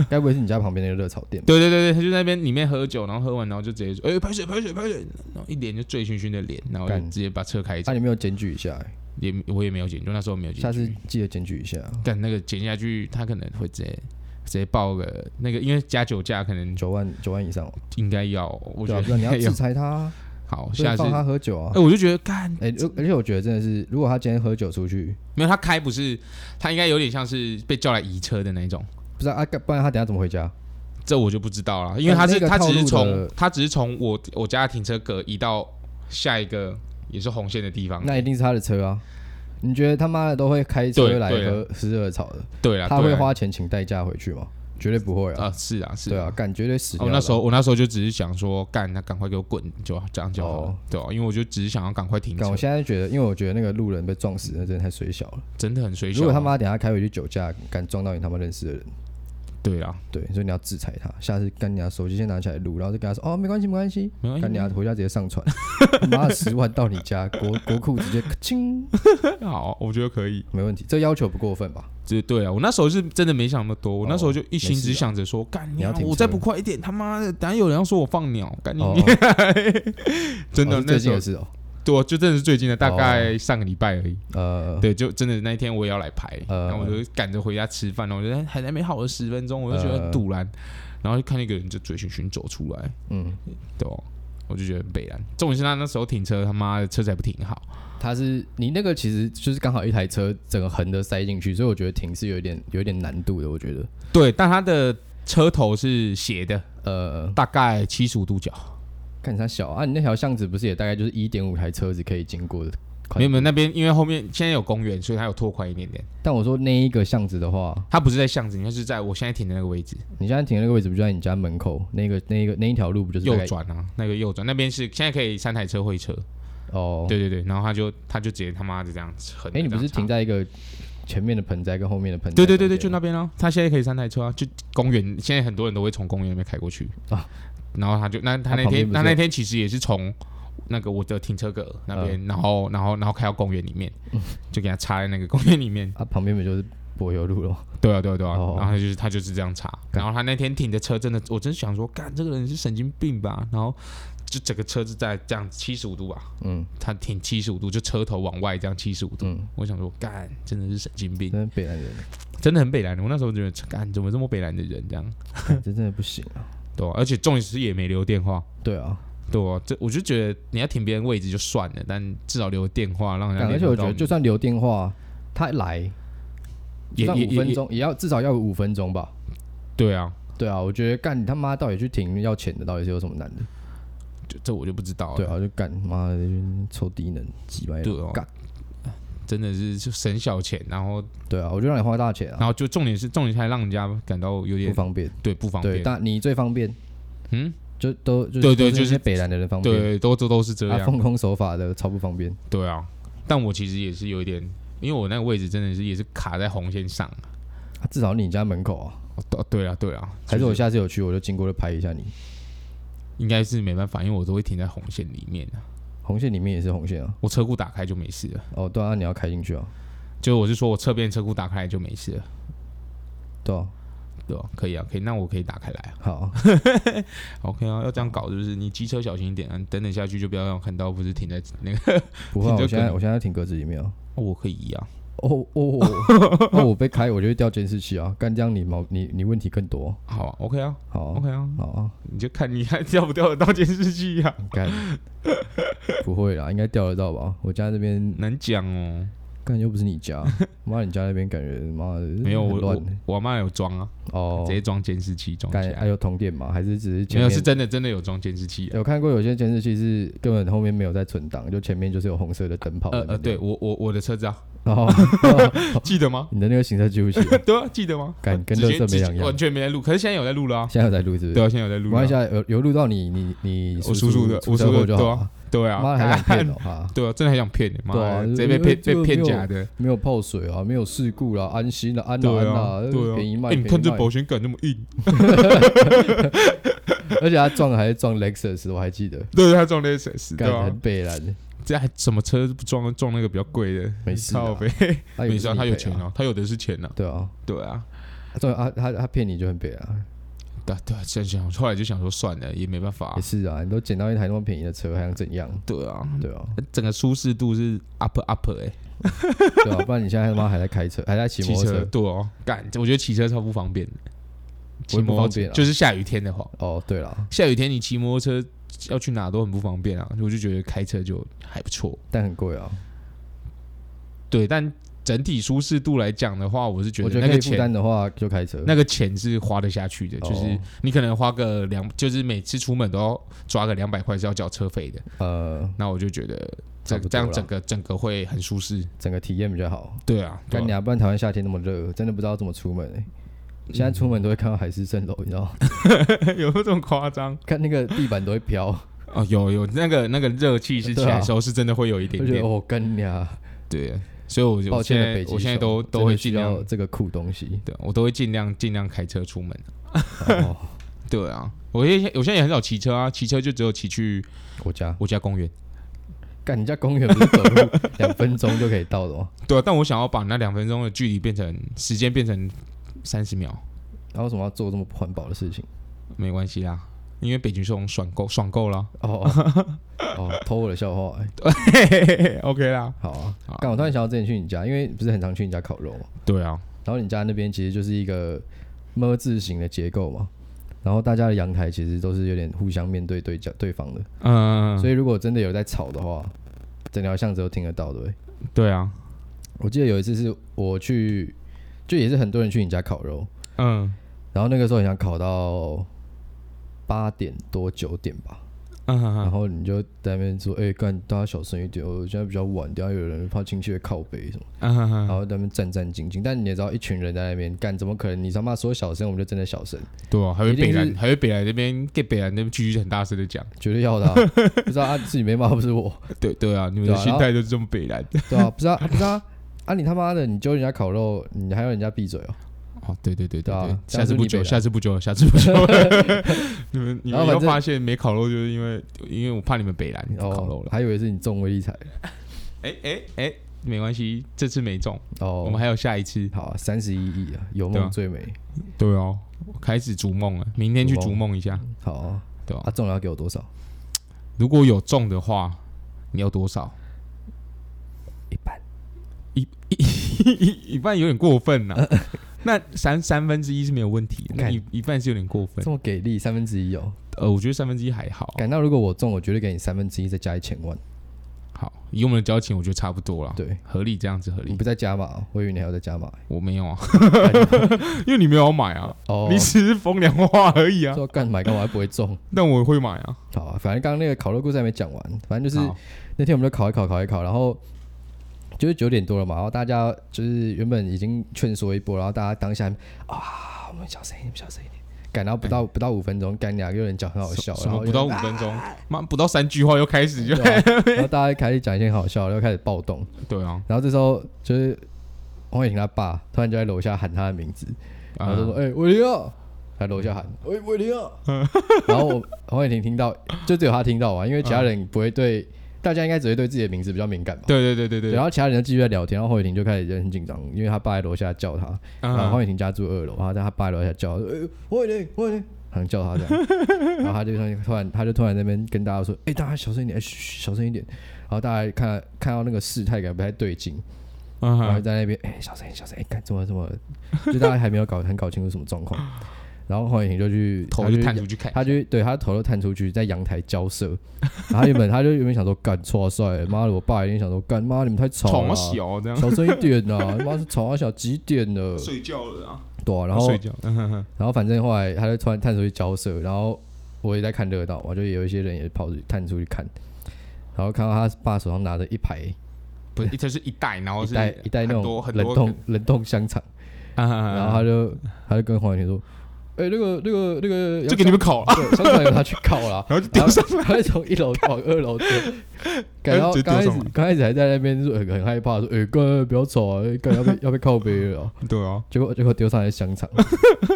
Speaker 1: 该不会是你家旁边那个热炒店吧？
Speaker 2: 对对对对，他就在那边里面喝酒，然后喝完然后就直接说：“哎、拍水拍水拍水！”然后一脸就醉醺醺的脸，然后就
Speaker 1: 干
Speaker 2: 直接把车开走
Speaker 1: 啊，。你没有检举一下欸？
Speaker 2: 也我也没有检，就那时候没有检。
Speaker 1: 下次记得检举一下。
Speaker 2: 干那个检下去，他可能会直接直接报个那个，因为加酒驾可能
Speaker 1: 九万九万以上哦，
Speaker 2: 应该要，我
Speaker 1: 对
Speaker 2: 觉
Speaker 1: 啊，
Speaker 2: 得
Speaker 1: 不然你要
Speaker 2: 应该
Speaker 1: 制裁他啊，
Speaker 2: 好
Speaker 1: 不
Speaker 2: 下
Speaker 1: 能
Speaker 2: 次。
Speaker 1: 放他
Speaker 2: 哎、
Speaker 1: 喝酒啊。
Speaker 2: 我就觉得干
Speaker 1: 哎，而而且我觉得真的是，如果他今天喝酒出去，
Speaker 2: 没有他开不是他应该有点像是被叫来移车的那种，
Speaker 1: 不是啊啊，干不然他等下怎么回家？
Speaker 2: 这我就不知道了，因为他是、
Speaker 1: 那个
Speaker 2: 他只是
Speaker 1: 套路的
Speaker 2: 从他只是从我我家的停车格移到下一个也是红线的地方。
Speaker 1: 那一定是他的车啊。你觉得他妈的都会开车
Speaker 2: 对
Speaker 1: 来
Speaker 2: 对啊
Speaker 1: 喝吃热炒的？
Speaker 2: 对了，
Speaker 1: 他会
Speaker 2: 对啦
Speaker 1: 花钱请代驾回去吗？绝对不会啊！
Speaker 2: 啊，是啊是
Speaker 1: 对啊，感绝对死掉
Speaker 2: 我
Speaker 1: 的啊。
Speaker 2: 那时候我那时候就只是想说，干，那赶快给我滚，就这样就好了，
Speaker 1: 哦
Speaker 2: 对啊，因为我就只是想要赶快停
Speaker 1: 干，
Speaker 2: 车
Speaker 1: 我，现在觉得，因为我觉得那个路人被撞死，那真的太水小了。
Speaker 2: 真的很水小啊。
Speaker 1: 如果他妈等下开回去酒驾，敢撞到你他妈认识的人，
Speaker 2: 对啊，
Speaker 1: 对，所以你要制裁他。下次干你家手机先拿起来录，然后再跟他说哦，没关系，没关系。
Speaker 2: 没关哎
Speaker 1: 干你
Speaker 2: 系
Speaker 1: 家回家直接上传，妈的十万到你家国国库直接咔清，
Speaker 2: 好，我觉得可以。
Speaker 1: 没问题。这要求不过分吧？
Speaker 2: 这对啊，我那时候是真的没想那么多，我那时候就一心
Speaker 1: 哦没事
Speaker 2: 只
Speaker 1: 啊
Speaker 2: 想着说，干
Speaker 1: 你要
Speaker 2: 娘
Speaker 1: 停
Speaker 2: 我
Speaker 1: 车
Speaker 2: 再不快一点，他妈的，等下有人要说我放鸟，干你
Speaker 1: 哦，
Speaker 2: 娘！ 真的
Speaker 1: 哦是
Speaker 2: 那
Speaker 1: 最
Speaker 2: 时
Speaker 1: 近
Speaker 2: 候
Speaker 1: 也，是哦。
Speaker 2: 对啊，就真的是最近的，大
Speaker 1: 哦
Speaker 2: 概上个礼拜而已。
Speaker 1: 呃，
Speaker 2: 对，就真的那一天我也要来排，
Speaker 1: 呃
Speaker 2: 然后我就赶着回家吃饭，然后我觉得还在没耗了十分钟，我就觉得
Speaker 1: 呃
Speaker 2: 堵然，然后就看那个人就醉醺醺走出来，
Speaker 1: 嗯，
Speaker 2: 对哦、我就觉得很北然。重点是他那时候停车，他妈的车子还不停好，
Speaker 1: 他是你那个其实就是刚好一台车整个横的塞进去，所以我觉得停是有一点有一点难度的。我觉得，
Speaker 2: 对，但他的车头是斜的，
Speaker 1: 呃，
Speaker 2: 大概七十五度角。
Speaker 1: 看它小啊，你那条巷子不是也大概就是一点五台车子可以经过的宽？
Speaker 2: 没有没有，那边因为后面现在有公园，所以它有拓宽一点点。
Speaker 1: 但我说那一个巷子的话，
Speaker 2: 它不是在巷子，应该是在我现在停的那个位置，
Speaker 1: 你现在停的那个位置不就在你家门口？那个那一个那一条路不就是大
Speaker 2: 右
Speaker 1: 概？
Speaker 2: 转啊，那个右转那边是现在可以三台车会车。
Speaker 1: 哦，
Speaker 2: 对对对，然后他就他就直接他妈的这样横。
Speaker 1: 哎、你不是停？在一个前面的盆栽跟后面的盆栽中
Speaker 2: 对
Speaker 1: 间吗？
Speaker 2: 对对对，就那边啊，他现在可以三台车啊，就公园现在很多人都会从公园那边开过去
Speaker 1: 啊。
Speaker 2: 然后他就那
Speaker 1: 他
Speaker 2: 他那
Speaker 1: 旁边
Speaker 2: 天
Speaker 1: 不是
Speaker 2: 他
Speaker 1: 有
Speaker 2: 那天其实也是从那个我的停车格那
Speaker 1: 嗯
Speaker 2: 边，然后然后然后开到公园里面，就给他插在那个公园里面。
Speaker 1: 啊，旁边不就是柏油路了吗？
Speaker 2: 对啊对啊对啊，
Speaker 1: 哦
Speaker 2: 然后他就是他就是这样插。
Speaker 1: 干
Speaker 2: 然后他那天停的车真的，我真想说，干这个人是神经病吧？然后就整个车子在这样七十五度吧，
Speaker 1: 嗯
Speaker 2: 他停七十五度，就车头往外这样七十五度。
Speaker 1: 嗯，
Speaker 2: 我想说，干真的是神经病。
Speaker 1: 真的北南人，
Speaker 2: 真的很北蓝。我那时候觉得，干怎么这么北蓝的人这样？
Speaker 1: 干这真的不行啊。
Speaker 2: 对啊、而且重点是也没留电话，
Speaker 1: 对啊，
Speaker 2: 对啊、这我就觉得你要停别人位置就算了，但至少留个电话让人家
Speaker 1: 干而
Speaker 2: 联
Speaker 1: 且
Speaker 2: 络
Speaker 1: 我觉
Speaker 2: 到
Speaker 1: 得
Speaker 2: 你。
Speaker 1: 就算留电话，他来
Speaker 2: 也
Speaker 1: 算
Speaker 2: 也
Speaker 1: 五分
Speaker 2: 也也
Speaker 1: 钟也要至少要有五分钟吧。
Speaker 2: 对啊，
Speaker 1: 对啊，我觉得干你他妈到底去停要钱的，到底是有什么难的？
Speaker 2: 这这我就不知道了。
Speaker 1: 对啊，就干妈的臭低能，几百
Speaker 2: 对哦
Speaker 1: 干
Speaker 2: 真的是就省小钱，然后
Speaker 1: 对啊，我就让你花大钱
Speaker 2: 然
Speaker 1: 啊，
Speaker 2: 后就重点是重点是还让人家感到有
Speaker 1: 不
Speaker 2: 点
Speaker 1: 方便。
Speaker 2: 对不方
Speaker 1: 对，
Speaker 2: 便，
Speaker 1: 但你最方便，
Speaker 2: 嗯，
Speaker 1: 就都就
Speaker 2: 对对
Speaker 1: 都
Speaker 2: 就
Speaker 1: 那些
Speaker 2: 是
Speaker 1: 北南的人方便，啊
Speaker 2: 对，啊都都都是这
Speaker 1: 他
Speaker 2: 样，
Speaker 1: 奉公守法的超不方便。
Speaker 2: 对啊。但我其实也是有一点，因为我那个位置真的是也是卡在红线上。
Speaker 1: 啊至少你家门口啊，
Speaker 2: 哦对对啊，对啊，
Speaker 1: 还是
Speaker 2: 就
Speaker 1: 我下次有去我就经过就拍一下你。
Speaker 2: 应该是没办法，因为我都会停在红线里面啊
Speaker 1: 红线里面也是红线啊，
Speaker 2: 我车库打开就没事了，
Speaker 1: 哦对啊，你要开进去啊，
Speaker 2: 就我是说我侧边车库打开来就没事了，
Speaker 1: 对啊，
Speaker 2: 对吧、可以啊，可以，那我可以打开来啊。
Speaker 1: 好，
Speaker 2: OK 啊，要这样搞就是你机车小心一点啊，你等等下去就不要让我看到不是停在那个，
Speaker 1: 不会啊，
Speaker 2: 你就
Speaker 1: 我现在
Speaker 2: 跟
Speaker 1: 我现在停格子里面啊。
Speaker 2: 哦我可以啊，
Speaker 1: 哦哦，那我被开，我就会掉监视器啊！干这样你毛你你问题更多。
Speaker 2: 好啊，OK 啊
Speaker 1: 好啊
Speaker 2: ，OK 啊，
Speaker 1: 好啊，
Speaker 2: 你就看你还掉不掉得到监视器啊，
Speaker 1: 干不会啦，应该钓得到吧？我家这边
Speaker 2: 难讲哦。
Speaker 1: 干又不是你 家，妈你家那边感觉妈的
Speaker 2: 没有
Speaker 1: 很
Speaker 2: 我我
Speaker 1: 乱
Speaker 2: 我妈有装啊，
Speaker 1: 哦
Speaker 2: 直，接装监视器装起
Speaker 1: 干还
Speaker 2: 来，
Speaker 1: 有通电嘛？还是只是前
Speaker 2: 没有
Speaker 1: 面
Speaker 2: 是真的真的有装监视器啊。
Speaker 1: 有看过有些监视器是根本后面没有在存档，就前面就是有红色的灯泡在
Speaker 2: 呃
Speaker 1: 那
Speaker 2: 呃，
Speaker 1: 边。
Speaker 2: 对我我我的车子啊，
Speaker 1: 然后
Speaker 2: 记得吗？
Speaker 1: 你的那个行车记录器啊
Speaker 2: 对啊，记得吗？
Speaker 1: 干跟
Speaker 2: 直
Speaker 1: 乐
Speaker 2: 接
Speaker 1: 色
Speaker 2: 直
Speaker 1: 没
Speaker 2: 接
Speaker 1: 两样
Speaker 2: 完，全没在录，可是现在有在录了啊。
Speaker 1: 现在有在录是不
Speaker 2: 对
Speaker 1: 是？
Speaker 2: 啊，现在有在
Speaker 1: 没
Speaker 2: 录
Speaker 1: 关
Speaker 2: 了
Speaker 1: 系
Speaker 2: 啊。
Speaker 1: 啊，有有录到你你你
Speaker 2: 我叔叔的
Speaker 1: 出
Speaker 2: 我
Speaker 1: 车
Speaker 2: 叔
Speaker 1: 祸
Speaker 2: 的
Speaker 1: 就
Speaker 2: 对
Speaker 1: 好
Speaker 2: 啊
Speaker 1: 啊。
Speaker 2: 对啊，
Speaker 1: 妈的还想骗
Speaker 2: 干
Speaker 1: 哦啊！
Speaker 2: 对啊，真的很想骗你，妈
Speaker 1: 对啊
Speaker 2: 的，
Speaker 1: 就
Speaker 2: 直接被
Speaker 1: 因为
Speaker 2: 骗
Speaker 1: 这
Speaker 2: 被
Speaker 1: 个
Speaker 2: 骗
Speaker 1: 没有
Speaker 2: 假的。
Speaker 1: 没有泡水啊，没有事故啦，安心了，安啦
Speaker 2: 对
Speaker 1: 安
Speaker 2: 啊
Speaker 1: 啦，，
Speaker 2: 对啊。
Speaker 1: 便宜卖，
Speaker 2: 哎你
Speaker 1: 便
Speaker 2: 看
Speaker 1: 宜
Speaker 2: 这
Speaker 1: 卖
Speaker 2: 保险杆那么硬，
Speaker 1: 而且他撞的还是撞 Lexus，我还记得，
Speaker 2: 对，啊他撞 Lexus，对
Speaker 1: 干
Speaker 2: 啊
Speaker 1: 很，北蓝，
Speaker 2: 这还什么车不撞撞那个比较贵的，
Speaker 1: 没事啊
Speaker 2: 靠北
Speaker 1: 他也
Speaker 2: 没
Speaker 1: 不
Speaker 2: 事
Speaker 1: 是
Speaker 2: 啊，
Speaker 1: 你
Speaker 2: 他有
Speaker 1: 赔
Speaker 2: 钱
Speaker 1: 啊，
Speaker 2: 啊，他有的是钱啊，
Speaker 1: 对啊，
Speaker 2: 对啊，
Speaker 1: 对啊，他他骗你就很北啊，
Speaker 2: 对啊对啊，想想后来就想说算了，也没办法
Speaker 1: 也，是啊，你都捡到一台那么便宜的车，还想怎样？
Speaker 2: 对啊，
Speaker 1: 对啊，
Speaker 2: 整个舒适度是 up up 哎，
Speaker 1: 对啊，不然你现在他妈还在开 车，还在骑
Speaker 2: 骑
Speaker 1: 摩托
Speaker 2: 车
Speaker 1: 车，
Speaker 2: 对哦，干，我觉得骑车超不方便的，骑
Speaker 1: 我也不
Speaker 2: 摩托
Speaker 1: 方便
Speaker 2: 车
Speaker 1: 啊
Speaker 2: 就是下雨天的话，
Speaker 1: 哦，对啦，
Speaker 2: 下雨天你骑摩托车要去哪都很不方便啊，我就觉得开车就还不错，
Speaker 1: 但很贵啊，
Speaker 2: 对，但整体舒适度来讲的话，我是觉
Speaker 1: 我
Speaker 2: 得
Speaker 1: 觉得
Speaker 2: 那
Speaker 1: 可
Speaker 2: 个
Speaker 1: 以负
Speaker 2: 钱。
Speaker 1: 担的话就开车，
Speaker 2: 那个钱是花得下去的，就是
Speaker 1: 哦
Speaker 2: 你可能花个两，就是每次出门都要抓个两百块是要缴车费的，
Speaker 1: 呃，
Speaker 2: 那我就觉得
Speaker 1: 差
Speaker 2: 这
Speaker 1: 不多
Speaker 2: 这样
Speaker 1: 啦
Speaker 2: 整个整个会很舒适。
Speaker 1: 整个体验比较好。
Speaker 2: 对啊，对
Speaker 1: 干
Speaker 2: 啊
Speaker 1: 你啊！不然台湾夏天那么热，真的不知道怎么出门哎、
Speaker 2: 嗯
Speaker 1: 现在出门都会看到海市蜃楼，你知道吗？
Speaker 2: 有没有这么夸张
Speaker 1: 看那个地板都会飘，
Speaker 2: 啊？有有，那个那个热气是起
Speaker 1: 对
Speaker 2: 来
Speaker 1: 啊
Speaker 2: 的时候是真的会有一
Speaker 1: 就
Speaker 2: 点
Speaker 1: 觉得
Speaker 2: 点，
Speaker 1: 哦，干你啊！
Speaker 2: 对，所以我就
Speaker 1: 抱
Speaker 2: 我现
Speaker 1: 歉的
Speaker 2: 在
Speaker 1: 北极熊，
Speaker 2: 我现在都
Speaker 1: 真
Speaker 2: 都
Speaker 1: 的
Speaker 2: 会
Speaker 1: 需
Speaker 2: 尽
Speaker 1: 要
Speaker 2: 量，
Speaker 1: 这个酷东
Speaker 2: 。
Speaker 1: 西
Speaker 2: 对我都会尽量尽量开车出门。
Speaker 1: 哦，
Speaker 2: 对啊，我现在我现在也很少骑车啊，骑车就只有骑去
Speaker 1: 我家，
Speaker 2: 我家公园。
Speaker 1: 干你家公园不是走路两分钟就可以到的吗？
Speaker 2: 对啊，但我想要把那两分钟的距离变成时间变成三十秒，
Speaker 1: 然后为什么要做这么不环保的事情？
Speaker 2: 没关系啦，因为北极熊爽够爽够了
Speaker 1: 哦哦哦，偷我的笑话、哎
Speaker 2: ，OK 啦。
Speaker 1: 好啊
Speaker 2: 好，
Speaker 1: 干我突然想到之前去你家，因为不是很常去你家烤肉嘛，
Speaker 2: 对啊，
Speaker 1: 然后你家那边其实就是一个么字形的结构嘛。然后大家的阳台其实都是有点互相面对对角对方的，
Speaker 2: 嗯，
Speaker 1: 所
Speaker 2: 以
Speaker 1: 以如果真的有在吵的话，整条巷子都听得到，对不对？
Speaker 2: 对啊，
Speaker 1: 我记得有一次是我去，就也是很多人去你家烤肉，
Speaker 2: 嗯
Speaker 1: 然后那个时候好像烤到八点多九点吧，
Speaker 2: 嗯
Speaker 1: 然
Speaker 2: 嗯，
Speaker 1: 后你就在那边说：“哎、干，大家小声一点，我现在比较晚，等一下有人怕亲戚会靠背什么。”
Speaker 2: 嗯
Speaker 1: 然后在那边战战兢兢，但你也知道，一群人在那边干，怎么可能？你他妈说小声，我们就真的小声，
Speaker 2: 对啊，还有
Speaker 1: 一定
Speaker 2: 北
Speaker 1: 是
Speaker 2: 兰，还有北兰那边给北兰那边继续很大声的讲，
Speaker 1: 绝对要的、 啊。不知道啊，自己没骂不是我，
Speaker 2: 对对啊，你们
Speaker 1: 对
Speaker 2: 的
Speaker 1: 啊
Speaker 2: 心态就是这么北兰。
Speaker 1: 对吧、啊？不是啊，不是啊，啊你他妈的，你揪人家烤肉，你还要人家闭嘴哦。
Speaker 2: 哦，对对对
Speaker 1: 对啊
Speaker 2: 对，
Speaker 1: 这
Speaker 2: 下
Speaker 1: 样
Speaker 2: 次
Speaker 1: 就
Speaker 2: 不
Speaker 1: 你北
Speaker 2: 久，
Speaker 1: 兰
Speaker 2: 下次不久，下次不 久。 你们你
Speaker 1: 然后
Speaker 2: 们要
Speaker 1: 反正
Speaker 2: 发现没烤肉，就是因为因为我怕你们北兰不烤肉
Speaker 1: 哦，
Speaker 2: 了。
Speaker 1: 还以为是你中威力彩
Speaker 2: 哎哎哎，没关系，这次没中，
Speaker 1: 哦
Speaker 2: 我。们还有下一次。
Speaker 1: 好、啊，三十一亿啊，有
Speaker 2: 对啊
Speaker 1: 梦最美。
Speaker 2: 对哦，我开始逐梦了，明天去逐梦一下，
Speaker 1: 好啊，
Speaker 2: 对吧
Speaker 1: 啊，？中了要给我多少？
Speaker 2: 如果有中的话，你要多少？
Speaker 1: 一半。
Speaker 2: 一一一半有点过 分呐、那三三分之一是没有问题的，那
Speaker 1: 干
Speaker 2: 一一半是有点过分
Speaker 1: 这。么给力，三分之一哦。
Speaker 2: 呃，我觉得三分之一还好，
Speaker 1: 感到如果我中，我绝对给你三分之一，再加一千万。
Speaker 2: 好，以我们的交情，我觉得差不多了，
Speaker 1: 对，嗯
Speaker 2: 合理这样子合
Speaker 1: 你
Speaker 2: 理
Speaker 1: 不。在加码，我以为你还要在加码。
Speaker 2: 我没 有啊， 因为你没有要买啊，
Speaker 1: 哦，嗯
Speaker 2: 你只是风凉话而已啊。
Speaker 1: 说干买干嘛不会中？
Speaker 2: 但我会买啊，
Speaker 1: 好啊，反正刚刚那个烤肉故事还没讲完，反正就是
Speaker 2: 好
Speaker 1: 那天我们就烤一烤，烤一烤，然后就是九点多了嘛，然后大家就是原本已经劝说一波，然后大家当下啊，我们小声一点，我们小声一点，干，然后不到、不到五分钟，干两个人讲很好笑，
Speaker 2: 哎什
Speaker 1: 然
Speaker 2: 么
Speaker 1: 后
Speaker 2: 不到五分钟，妈不到三句话又开始就
Speaker 1: 就、对啊 然后大家开始讲一些很好笑，然后开始暴动，
Speaker 2: 对啊，
Speaker 1: 然后这时候就是黄伟霆他爸突然就在楼下喊他的名字，然后就说
Speaker 2: 啊：“
Speaker 1: 哎、伟霆啊！”在楼下喊：“喂，伟霆啊！” 然后我黄伟霆听到，就只有他听到啊，因为其他人不会对，大家应该只会对自己的名字比较敏感吧。
Speaker 2: 对对对对
Speaker 1: 对，啊
Speaker 2: 对
Speaker 1: 然，后其他人就继续在聊天，然后黄伟霆就开始很紧张，因为他爸在楼下叫他，然后黄
Speaker 2: 嗯
Speaker 1: 伟霆家住二楼，然后在他爸在楼下叫，他说哎黄伟霆，黄伟霆，好像叫他这 样，然后他就突然突然他就突然在那边跟大家说，哎、大家小声一点，哎、嘘嘘小声一点，然后大家看看到那个事态感不太对劲，
Speaker 2: 嗯
Speaker 1: 然后
Speaker 2: 哼
Speaker 1: 在那边哎、小声一点小声一点，哎、干怎么怎么，就大家还没有搞很搞清楚什么状况，然后黄伟霆就去
Speaker 2: 啊头
Speaker 1: 他
Speaker 2: 就
Speaker 1: 去
Speaker 2: 探出去看，
Speaker 1: 他就对他头都探出去，在阳台交涉。然后他原本他就原本想说干错啊帅，妈的，我爸一定想说干妈你们太吵了
Speaker 2: 床
Speaker 1: 啦，
Speaker 2: 小啊这样
Speaker 1: 小声一点呐、啊，妈是吵啊小几点 了？
Speaker 2: 睡觉了啊，
Speaker 1: 对啊、然后
Speaker 2: 睡觉，嗯 哼哼
Speaker 1: 然后反正后来他就突然探出去交涉，然后我也在看热闹嘛，就有一些人也跑出去探出去看，然后看到他爸手上拿着一排
Speaker 2: 不是，这是一袋，然后
Speaker 1: 一
Speaker 2: 哦是
Speaker 1: 袋一袋那
Speaker 2: 很多
Speaker 1: 种
Speaker 2: 很
Speaker 1: 冷
Speaker 2: 多
Speaker 1: 冻冷冻香肠，
Speaker 2: 啊啊啊
Speaker 1: 然后他就他就跟黄伟霆说：“哎、那个那个那个，
Speaker 2: 就给你们烤了，
Speaker 1: 对，香肠有拿去烤了。”
Speaker 2: 然后就
Speaker 1: 然
Speaker 2: 丢
Speaker 1: 后他会从一楼往二楼 丢，感到
Speaker 2: 直接
Speaker 1: 刚开
Speaker 2: 哎丢
Speaker 1: 始
Speaker 2: 上来
Speaker 1: 刚开始还在那边说很很害怕，说哎哥不要走啊，干要被要被靠背了啊，
Speaker 2: 对啊，
Speaker 1: 结果结果丢上来香 肠，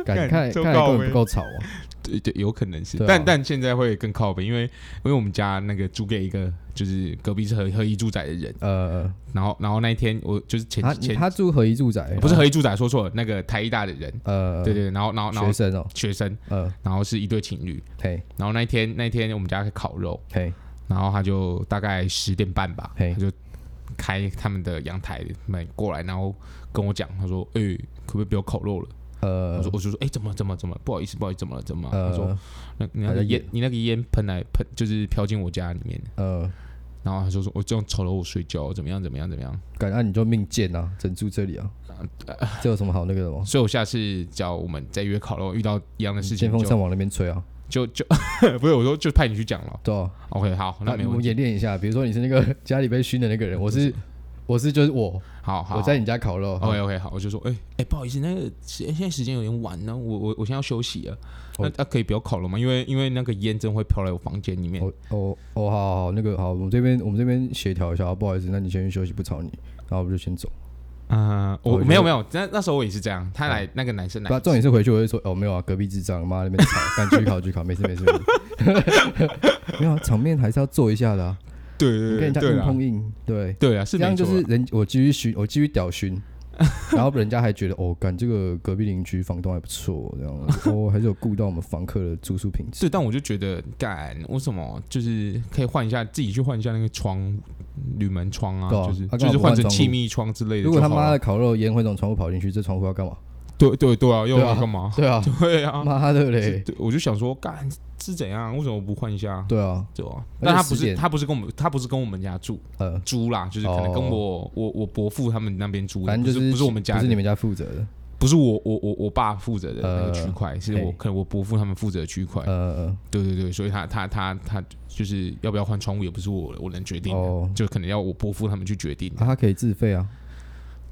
Speaker 2: 干
Speaker 1: 感看
Speaker 2: 超
Speaker 1: 看来
Speaker 2: 靠
Speaker 1: 根本不
Speaker 2: 背
Speaker 1: 够吵啊，
Speaker 2: 对对，有可能是，
Speaker 1: 对啊
Speaker 2: 但但现在会更靠北，因为因为我们家那个租给一个就是隔壁是合合一住宅的人，
Speaker 1: 呃，
Speaker 2: 然后然后那一天我就是前
Speaker 1: 啊他
Speaker 2: 前
Speaker 1: 他住合一住宅，啊
Speaker 2: 哦不是合一住宅，说错了，那个台一大的人，
Speaker 1: 呃
Speaker 2: 对对，对然后然后然后
Speaker 1: 学生哦，
Speaker 2: 学生，
Speaker 1: 呃
Speaker 2: 然后是一对情侣，
Speaker 1: 嘿
Speaker 2: 然后那一天那一天我们家烤肉，
Speaker 1: 嘿
Speaker 2: 然后他就大概十点半吧，
Speaker 1: 嘿
Speaker 2: 他就开他们的阳台门过来，然后跟我讲，他说，哎、可不可以不要烤肉了？我
Speaker 1: 呃
Speaker 2: 说我就说，哎、怎么了怎么了怎么了，不好意思不好意思，怎么了怎么了？他说。
Speaker 1: 呃
Speaker 2: 那你那
Speaker 1: 还在
Speaker 2: 个烟
Speaker 1: 演，
Speaker 2: 你那个烟喷来喷，就是飘进我家里面，
Speaker 1: 呃，
Speaker 2: 然后他就说我这样吵了我睡觉，怎么样怎么样怎么样，
Speaker 1: 感觉你就命贱啊，整住这里啊，
Speaker 2: 呃
Speaker 1: 这有什么好那个的吗？
Speaker 2: 所以我下次叫我们再约烤肉，遇到一样的事
Speaker 1: 见
Speaker 2: 情
Speaker 1: 风
Speaker 2: 就
Speaker 1: 嗯上往那边吹啊，
Speaker 2: 就就 不是我说就派你去讲了
Speaker 1: 对啊，
Speaker 2: ，OK 好，那没
Speaker 1: 我
Speaker 2: 问
Speaker 1: 们
Speaker 2: 题，
Speaker 1: 演练一下，比如说你是那个 家里被熏的那个人，我是 我是就是我，
Speaker 2: 好好，
Speaker 1: 我在你家烤肉，啊
Speaker 2: OK OK 好，我就说哎哎、不好意思，那个时哎现在时间有点晚呢，我我我现在要休息了，那
Speaker 1: 哦
Speaker 2: 那、可以不要烤了吗？因为因为那个烟真会飘来我房间里面，
Speaker 1: 哦哦哦，好好好，那个好，我们这边我们这边协调一下，哦不好意思，那你先去休息，不吵你，然后我们就先走。
Speaker 2: 嗯，
Speaker 1: 我
Speaker 2: 我
Speaker 1: 觉得
Speaker 2: 没有没有，那那时候我也是这样，他来、那个男生来
Speaker 1: 哦不，，啊重点是回去我就说，哦，没有啊，隔壁智障，妈 那边吵，赶去考去考，没事没事，没事 没有啊，场面还是要做一下的啊，
Speaker 2: 对
Speaker 1: 你跟
Speaker 2: 对对
Speaker 1: 人家
Speaker 2: 对
Speaker 1: 硬
Speaker 2: 啦
Speaker 1: 碰硬，对，
Speaker 2: 对啊，是
Speaker 1: 这
Speaker 2: 没
Speaker 1: 样就
Speaker 2: 错
Speaker 1: 是
Speaker 2: 啦
Speaker 1: 人我继续熏，我继续屌熏。 然后人家还觉得哦，干这个隔壁邻居房东还不错，这样哦，还是有顾到我们房客的住宿品质。
Speaker 2: 对，但我就觉得，干为什么就是可以换一下，自己去换一下那个窗，铝门窗啊，
Speaker 1: 对啊
Speaker 2: 就是、
Speaker 1: 啊干嘛
Speaker 2: 就是
Speaker 1: 不
Speaker 2: 换
Speaker 1: 换
Speaker 2: 成
Speaker 1: 窗户
Speaker 2: 气密窗之类的就
Speaker 1: 如
Speaker 2: 好
Speaker 1: 果
Speaker 2: 了。
Speaker 1: 他妈的烤肉烟会从窗户跑进去，这窗户要干嘛？
Speaker 2: 对对对啊，要
Speaker 1: 对啊
Speaker 2: 要干嘛？
Speaker 1: 对啊，
Speaker 2: 对啊，
Speaker 1: 妈的欸
Speaker 2: 是
Speaker 1: 嘞，
Speaker 2: 对我就想说，干是怎样？为什么不换一下？
Speaker 1: 对啊，
Speaker 2: 对啊，
Speaker 1: 而且
Speaker 2: 但他
Speaker 1: 10
Speaker 2: 不是
Speaker 1: 点
Speaker 2: 他不是跟我们他不是跟我们家住
Speaker 1: 呃，
Speaker 2: 租啦，就是可能跟
Speaker 1: 哦
Speaker 2: 我、我我伯父他们那边租的，
Speaker 1: 反正就
Speaker 2: 不是不是我们家的，
Speaker 1: 不是你们家负责的。
Speaker 2: 不是我我我我爸负责的那个
Speaker 1: 呃
Speaker 2: 区块，是我
Speaker 1: 嘿
Speaker 2: 可能我伯父他们负责的区块。
Speaker 1: 呃，
Speaker 2: 对对对，所以他他他他就是要不要换窗户也不是我我能决定的，
Speaker 1: 哦
Speaker 2: 就可能要我伯父他们去决定的。
Speaker 1: 啊、他可以自费啊，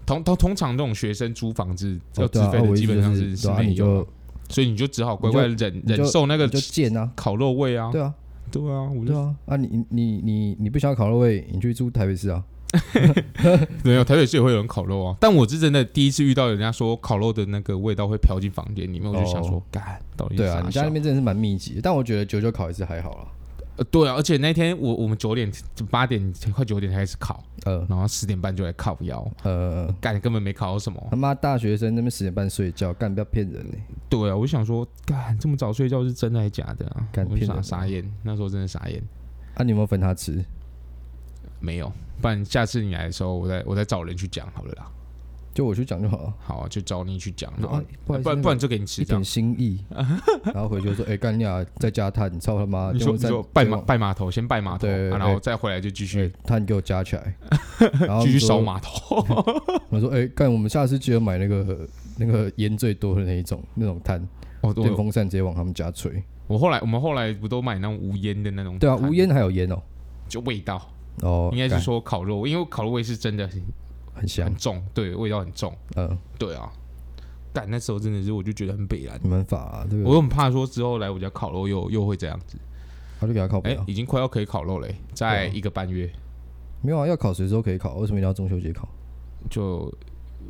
Speaker 2: 通通通常这种学生租房子要
Speaker 1: 哦
Speaker 2: 自
Speaker 1: 对啊
Speaker 2: 费
Speaker 1: 啊
Speaker 2: 的，
Speaker 1: 我意
Speaker 2: 基
Speaker 1: 思
Speaker 2: 本上
Speaker 1: 就是是
Speaker 2: 是
Speaker 1: 对啊
Speaker 2: 没
Speaker 1: 你
Speaker 2: 有
Speaker 1: 就
Speaker 2: 的，所以你就只好乖乖忍
Speaker 1: 你就
Speaker 2: 忍受那个
Speaker 1: 你就贱啊，
Speaker 2: 烤肉味啊。
Speaker 1: 对啊，
Speaker 2: 对啊，我
Speaker 1: 对
Speaker 2: 就
Speaker 1: 啊，啊你你你你不想要烤肉味，你去住台北市啊，
Speaker 2: 没有台北市也会有人烤肉啊，但我是真的第一次遇到人家说烤肉的那个味道会飘进房间里面，我就想说
Speaker 1: 哦，
Speaker 2: 干到底是
Speaker 1: 对啊，
Speaker 2: 啥
Speaker 1: 你家
Speaker 2: 小
Speaker 1: 那边真的是蛮密集的，但我觉得九九烤一次还好啦，
Speaker 2: 呃对啊，而且那天我我们九点八点快九点才开始烤，
Speaker 1: 呃
Speaker 2: 然后十点半就来烤腰，
Speaker 1: 呃，
Speaker 2: 干根本没烤到什么。
Speaker 1: 他妈大学生那边十点半睡觉，干不要骗人欸嘞、
Speaker 2: 对啊，我就想说，干这么早睡觉是真的还是假的啊？
Speaker 1: 干
Speaker 2: 我就
Speaker 1: 骗
Speaker 2: 傻
Speaker 1: 人
Speaker 2: 傻眼，那时候真的傻眼，
Speaker 1: 啊你有没有分他吃？
Speaker 2: 没有。不然下次你来的时候，我再我再找人去讲好了啦。
Speaker 1: 就我去讲就好了。
Speaker 2: 好，啊就找你去讲，
Speaker 1: 我说
Speaker 2: 然后
Speaker 1: 啊，不好意思，
Speaker 2: 哦不然
Speaker 1: 那
Speaker 2: 不
Speaker 1: 个
Speaker 2: 然就给你吃
Speaker 1: 一
Speaker 2: 这样
Speaker 1: 点。心意，然后回去就 说，哎，干你啊，在加碳，操他妈，电
Speaker 2: 你说
Speaker 1: 风
Speaker 2: 你
Speaker 1: 扇
Speaker 2: 说拜码
Speaker 1: 电风
Speaker 2: 拜码头，先拜码头，
Speaker 1: 对对
Speaker 2: 啊
Speaker 1: 对
Speaker 2: 然后再回来就继续
Speaker 1: 对碳给我加起 来，然后
Speaker 2: 继续
Speaker 1: 说
Speaker 2: 烧码 头。
Speaker 1: 我说，哎、干，我们下次记得买那个那个烟最多的那一种那种炭，
Speaker 2: 哦，
Speaker 1: 电
Speaker 2: 我
Speaker 1: 风扇直接往他们家吹。
Speaker 2: 我后来我们后来不都买那种无烟的那种？
Speaker 1: 对啊，无烟还有烟哦、
Speaker 2: 就味道，
Speaker 1: 哦，
Speaker 2: 应该是
Speaker 1: 干
Speaker 2: 说烤肉，因为烤肉味是真的很
Speaker 1: 很香
Speaker 2: 很。重，对，味道很重，
Speaker 1: 嗯，
Speaker 2: 对啊。但那时候真的是，我就觉得很北然，
Speaker 1: 你们法、啊、这个，
Speaker 2: 我又很怕说之后来我家烤肉又又会这样子。
Speaker 1: 他就给他啊烤不
Speaker 2: 哎、
Speaker 1: 了。
Speaker 2: 已经快要可以烤肉嘞、在一个半月
Speaker 1: 没有啊，要烤随时都可以烤，为什么一定要中秋节烤？
Speaker 2: 就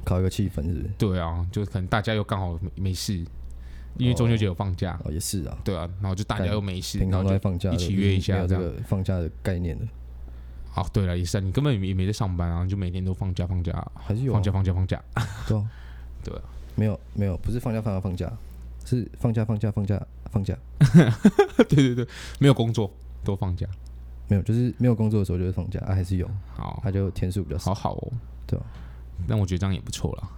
Speaker 1: 烤一个气氛是不是？
Speaker 2: 对啊，就可能大家又刚好没没事，因为中秋节有放假，
Speaker 1: 哦，也是啊，
Speaker 2: 对啊，然后就大家
Speaker 1: 但
Speaker 2: 又没事，
Speaker 1: 平
Speaker 2: 然
Speaker 1: 常
Speaker 2: 后
Speaker 1: 都
Speaker 2: 就
Speaker 1: 在放假的，嗯
Speaker 2: 一起约一下
Speaker 1: 没有这个放假的概念的，
Speaker 2: 哦，对了，也是、啊，你根本也没也没在上班啊，就每天都放假放假、
Speaker 1: 还是有、啊、
Speaker 2: 放假放假放假，
Speaker 1: 对啊，
Speaker 2: 对啊，
Speaker 1: 没有没有，不是放假放假放假，是放假放假放假放假，
Speaker 2: 对对对，没有工作都放假，
Speaker 1: 没有，就是没有工作的时候就是放假，啊、还是有，
Speaker 2: 好
Speaker 1: 他就天数比较少。
Speaker 2: 哦好好哦，
Speaker 1: 对啊，
Speaker 2: 但我觉得这样也不错啦，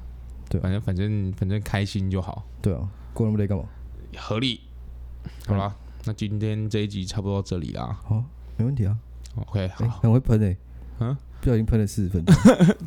Speaker 1: 对啊
Speaker 2: 反正反正反正开心就好，
Speaker 1: 对啊，过那么累干嘛？
Speaker 2: 合理，好啦，那今天这一集差不多到这里啦
Speaker 1: 好、没问题啊。
Speaker 2: ，OK，
Speaker 1: 哎、
Speaker 2: 好，
Speaker 1: 很会喷哎、
Speaker 2: 嗯
Speaker 1: 不小心喷了四十分钟，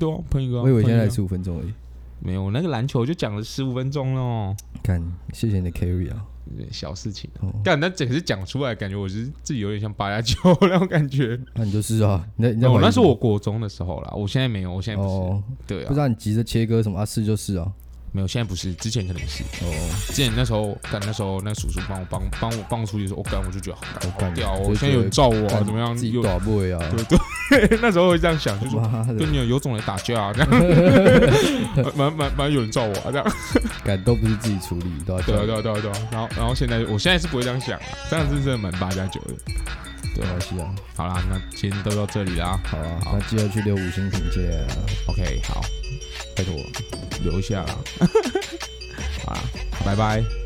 Speaker 2: 对啊，碰一个啊，
Speaker 1: 我以为
Speaker 2: 碰
Speaker 1: 现
Speaker 2: 一
Speaker 1: 在
Speaker 2: 个啊
Speaker 1: 才十五分钟而已。
Speaker 2: 没有，那个篮球就讲了十五分钟喽，
Speaker 1: 看，谢谢你的 carry 啊。
Speaker 2: 小事情。
Speaker 1: 哦，
Speaker 2: 但那整个是讲出来，感觉我是自己有点像八加九那种感觉。
Speaker 1: 那你就是啊，你在你在
Speaker 2: 哦，
Speaker 1: 怀疑
Speaker 2: 那
Speaker 1: 什
Speaker 2: 是
Speaker 1: 么
Speaker 2: 我国中的时候啦，我现在没有，我现在不是。
Speaker 1: 哦，
Speaker 2: 对
Speaker 1: 不
Speaker 2: 啊
Speaker 1: 知，道你急着切割什么啊？是就是啊。
Speaker 2: 没有，现在不是，之前可能是。
Speaker 1: 哦，
Speaker 2: 之前那时候，干那时候那叔叔帮我帮帮我帮我出去的时候，我、干我就觉得好
Speaker 1: 我干
Speaker 2: 屌哦，
Speaker 1: 就觉
Speaker 2: 我
Speaker 1: 得
Speaker 2: 现在有人罩我、啊、
Speaker 1: 干
Speaker 2: 怎么样？
Speaker 1: 自己
Speaker 2: 有
Speaker 1: 打不啊？
Speaker 2: 那时候会这样想，就说
Speaker 1: 妈
Speaker 2: 跟
Speaker 1: 的，
Speaker 2: 你有种来打架、啊，这样 蛮蛮蛮有人罩我、啊、这样。
Speaker 1: 感都不是自己处理，都要
Speaker 2: 对啊
Speaker 1: 叫
Speaker 2: 对啊对啊对啊。然后然后现在我现在是不会这样想、啊，这样是真的蛮八加九的。对
Speaker 1: 没
Speaker 2: 啊
Speaker 1: 关，系啊。
Speaker 2: 好啦，那今天都到这里啦。
Speaker 1: 好啊，
Speaker 2: 好
Speaker 1: 那记得去留五星评价啊，
Speaker 2: OK，好，拜托留一下啦。好啦，拜拜。